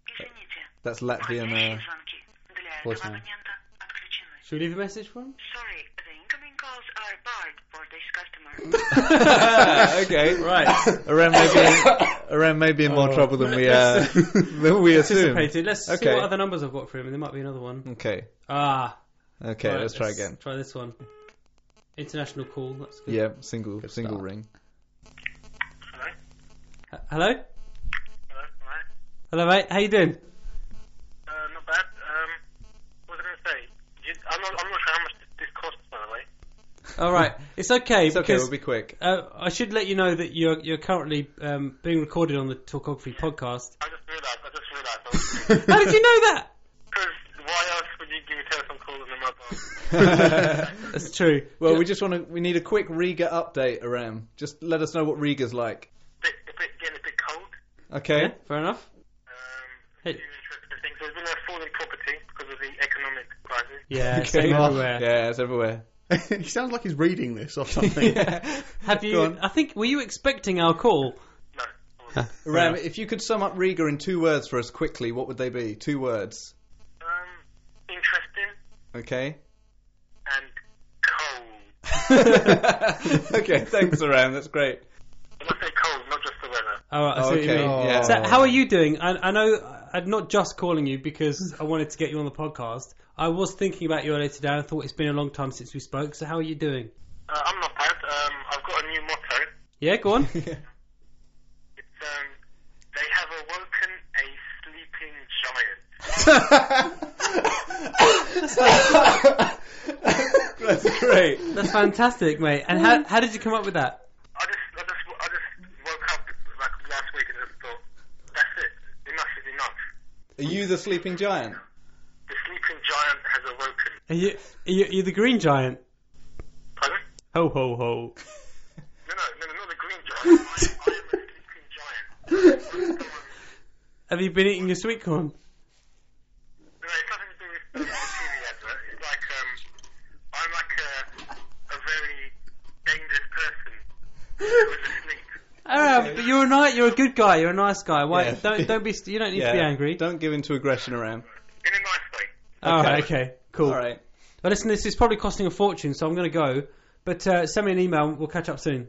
[SPEAKER 6] Извините,
[SPEAKER 2] That's Latvian.
[SPEAKER 6] входящие
[SPEAKER 2] Uh,
[SPEAKER 6] звонки для
[SPEAKER 3] voice
[SPEAKER 6] этого
[SPEAKER 3] mail.
[SPEAKER 6] абонента отключены.
[SPEAKER 1] Should we leave a message for him?
[SPEAKER 6] Sorry, the incoming calls are barred for this customer.
[SPEAKER 2] uh, okay.
[SPEAKER 1] Right. Oh.
[SPEAKER 2] A ram may be in, a ram may be in more trouble than we uh, than we assume.
[SPEAKER 1] Anticipated. Let's see
[SPEAKER 2] Okay.
[SPEAKER 1] what other numbers I've got for him. There might be another one.
[SPEAKER 2] Okay.
[SPEAKER 1] Ah.
[SPEAKER 2] Okay.
[SPEAKER 1] right,
[SPEAKER 2] let's try again.
[SPEAKER 1] Try this one. International call. That's good.
[SPEAKER 2] Yeah. Single single
[SPEAKER 3] start.
[SPEAKER 2] ring.
[SPEAKER 1] H- Hello.
[SPEAKER 7] Hello, alright.
[SPEAKER 1] Hello, mate. How you doing?
[SPEAKER 7] Uh, not bad. Um, what was I going to say? You, I'm, not, I'm not sure how much this, this costs, by the way.
[SPEAKER 1] All right. It's okay
[SPEAKER 2] It's okay.
[SPEAKER 1] because
[SPEAKER 2] We'll be quick.
[SPEAKER 1] uh, I should let you know that you're you're currently um, being recorded on the Talkography podcast.
[SPEAKER 7] I just realised, I just realised.
[SPEAKER 1] How did you know that?
[SPEAKER 7] Because why else would you give a telephone call on the mobile?
[SPEAKER 2] well,
[SPEAKER 1] That's true.
[SPEAKER 2] we just want to. We need a quick Riga update, Aram. Just let us know what Riga's like.
[SPEAKER 7] Bit, a bit, getting a bit cold.
[SPEAKER 2] Okay.
[SPEAKER 1] Yeah, fair enough.
[SPEAKER 7] Um,
[SPEAKER 1] Hey.
[SPEAKER 7] few interesting things. There's been a fall in property because of the economic crisis.
[SPEAKER 1] Yeah,
[SPEAKER 2] Okay.
[SPEAKER 1] same everywhere.
[SPEAKER 2] Yeah, it's everywhere.
[SPEAKER 3] he sounds like he's reading this or something.
[SPEAKER 1] Have
[SPEAKER 2] Go
[SPEAKER 1] you?
[SPEAKER 2] on.
[SPEAKER 1] I think were you expecting our call?
[SPEAKER 7] No. um,
[SPEAKER 2] Ram, if you could sum up Riga in two words for us quickly, what would they be? Two words.
[SPEAKER 7] um, interesting
[SPEAKER 2] Okay.
[SPEAKER 7] and cold.
[SPEAKER 2] okay, thanks, Aram. That's great.
[SPEAKER 7] When I say cold, not just the weather.
[SPEAKER 1] All right. Oh, I see what you
[SPEAKER 2] Okay. Oh.
[SPEAKER 1] mean.
[SPEAKER 2] Yeah.
[SPEAKER 1] So, how are you doing? I, I know I'm not just calling you because I wanted to get you on the podcast. I was thinking about you earlier today. and I thought it's been a long time since we spoke. So, how are you doing?
[SPEAKER 7] Uh, I'm not bad. Um, I've got a new motto.
[SPEAKER 1] Yeah, go on.
[SPEAKER 7] It's um, they have awoken a sleeping giant.
[SPEAKER 2] That's great.
[SPEAKER 1] That's fantastic, mate. And how how did you come up with that?
[SPEAKER 7] I just, I just, I just woke up like last week and just thought, that's it. Enough is enough.
[SPEAKER 2] Are you the sleeping giant?
[SPEAKER 7] The sleeping giant has awoken.
[SPEAKER 1] Are you are you you're the green giant?
[SPEAKER 7] Pardon?
[SPEAKER 1] Ho ho ho.
[SPEAKER 7] No, no, no, no, not the green giant. I, I am a sleeping giant.
[SPEAKER 1] Have you been eating your sweet corn?
[SPEAKER 7] No, it's nothing to do with the TV advert. It's like um, I'm like a, a very dangerous person who is asleep.
[SPEAKER 1] Aram, Ah, but you're a nice, you're a good guy. You're a nice guy. Why
[SPEAKER 2] Yeah.
[SPEAKER 1] don't don't be st- you don't need to be angry.
[SPEAKER 2] Don't give in to aggression, Aram.
[SPEAKER 7] In a nice way.
[SPEAKER 1] All
[SPEAKER 2] Okay.
[SPEAKER 1] right, okay, cool.
[SPEAKER 2] All right.
[SPEAKER 1] Well, listen, this is probably costing a fortune, so I'm going to go. But uh, send me an email. We'll catch up soon.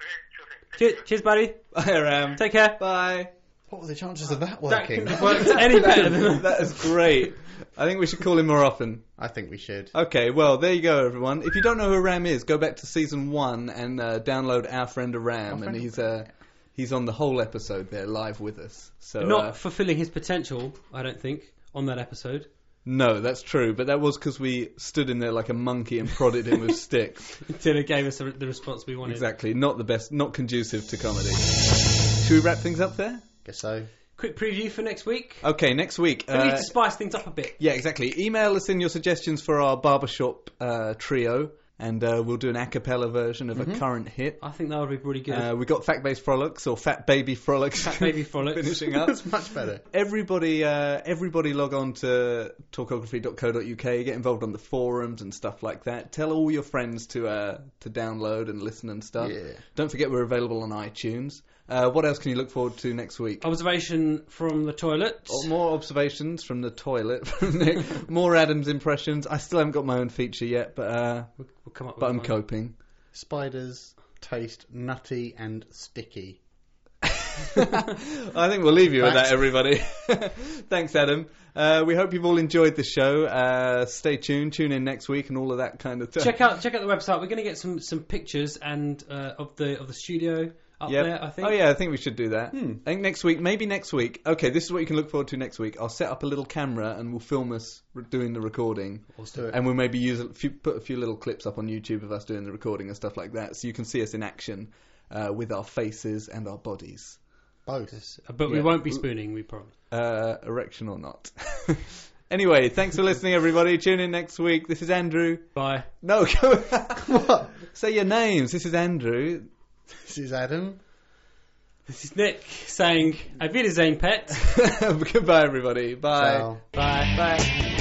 [SPEAKER 7] Okay, sure thing. Thank you.
[SPEAKER 1] Cheers, cheers buddy.
[SPEAKER 2] Bye, Aram.
[SPEAKER 1] Take care.
[SPEAKER 2] Bye.
[SPEAKER 3] what were the chances of that
[SPEAKER 1] That
[SPEAKER 3] working?
[SPEAKER 1] couldn't have worked any better than
[SPEAKER 2] That is great. I think we should call him more often.
[SPEAKER 3] I think we should.
[SPEAKER 2] Okay, well, there you go, everyone. If you don't know who Ram is, go back to season one and uh, download Our Friend Ram, and he's uh, he's on the whole episode there, live with us. So uh,
[SPEAKER 1] Not fulfilling his potential, I don't think, on that episode.
[SPEAKER 2] no, that's true, but that was because we stood in there like a monkey and prodded him with sticks.
[SPEAKER 1] Until it gave us the the response we wanted.
[SPEAKER 2] Exactly, not the best, not conducive to comedy. Should we wrap things up there?
[SPEAKER 3] Guess so.
[SPEAKER 1] Quick preview for next week.
[SPEAKER 2] Okay, next week.
[SPEAKER 1] we
[SPEAKER 2] uh,
[SPEAKER 1] need to spice things up a bit.
[SPEAKER 2] Yeah, exactly. Email us in your suggestions for our barbershop uh, trio, and uh, we'll do an a cappella version of
[SPEAKER 1] Mm-hmm.
[SPEAKER 2] a current hit.
[SPEAKER 1] I think that would be pretty good.
[SPEAKER 2] Uh, we got Fat Based Frolics or Fat Baby Frolics.
[SPEAKER 1] Fat Baby Frolics.
[SPEAKER 2] finishing up.
[SPEAKER 3] That's much better.
[SPEAKER 2] Everybody, uh, everybody, log on to talkography.co.uk. Get involved on the forums and stuff like that. Tell all your friends to uh, to download and listen and stuff.
[SPEAKER 3] Yeah.
[SPEAKER 2] Don't forget we're available on iTunes. Uh, what else can you look forward to next week?
[SPEAKER 1] Observation from the toilet.
[SPEAKER 2] Oh, More observations from the toilet from Nick. More Adam's impressions. I still haven't got my own feature yet, but uh,
[SPEAKER 1] We'll we'll come up
[SPEAKER 2] but
[SPEAKER 1] with
[SPEAKER 2] I'm
[SPEAKER 1] one.
[SPEAKER 2] coping.
[SPEAKER 3] Spiders taste nutty and sticky.
[SPEAKER 2] I think we'll leave you with that, everybody. Thanks, Adam. Uh, we hope you've all enjoyed the show. Uh, stay tuned. Tune in next week and all of that kind of stuff.
[SPEAKER 1] check out check out the website. We're going to get some some pictures and uh, of the of the studio up
[SPEAKER 2] Yep.
[SPEAKER 1] there. I think. Hmm.
[SPEAKER 2] Oh yeah, I think we should do that. I think next week, maybe next week. Okay, this is what you can look forward to next week. I'll set up a little camera and we'll film us re- doing the recording,
[SPEAKER 3] do it.
[SPEAKER 2] and we'll maybe use a few, put a few little clips up on YouTube of us doing the recording and stuff like that, so you can see us in action uh, with our faces and our bodies,
[SPEAKER 3] Both.
[SPEAKER 1] But we
[SPEAKER 2] Yeah.
[SPEAKER 1] won't be spooning. We promise.
[SPEAKER 2] uh, erection or not. anyway, thanks for listening, everybody. Tune in next week. This is Andrew.
[SPEAKER 1] Bye.
[SPEAKER 2] No, go
[SPEAKER 3] What?
[SPEAKER 2] say your names. This is Andrew.
[SPEAKER 3] This is Adam.
[SPEAKER 1] This is Nick saying, "Auf Wiedersehen, pet."
[SPEAKER 2] Goodbye, everybody. Bye.
[SPEAKER 3] Ciao.
[SPEAKER 1] Bye. Bye.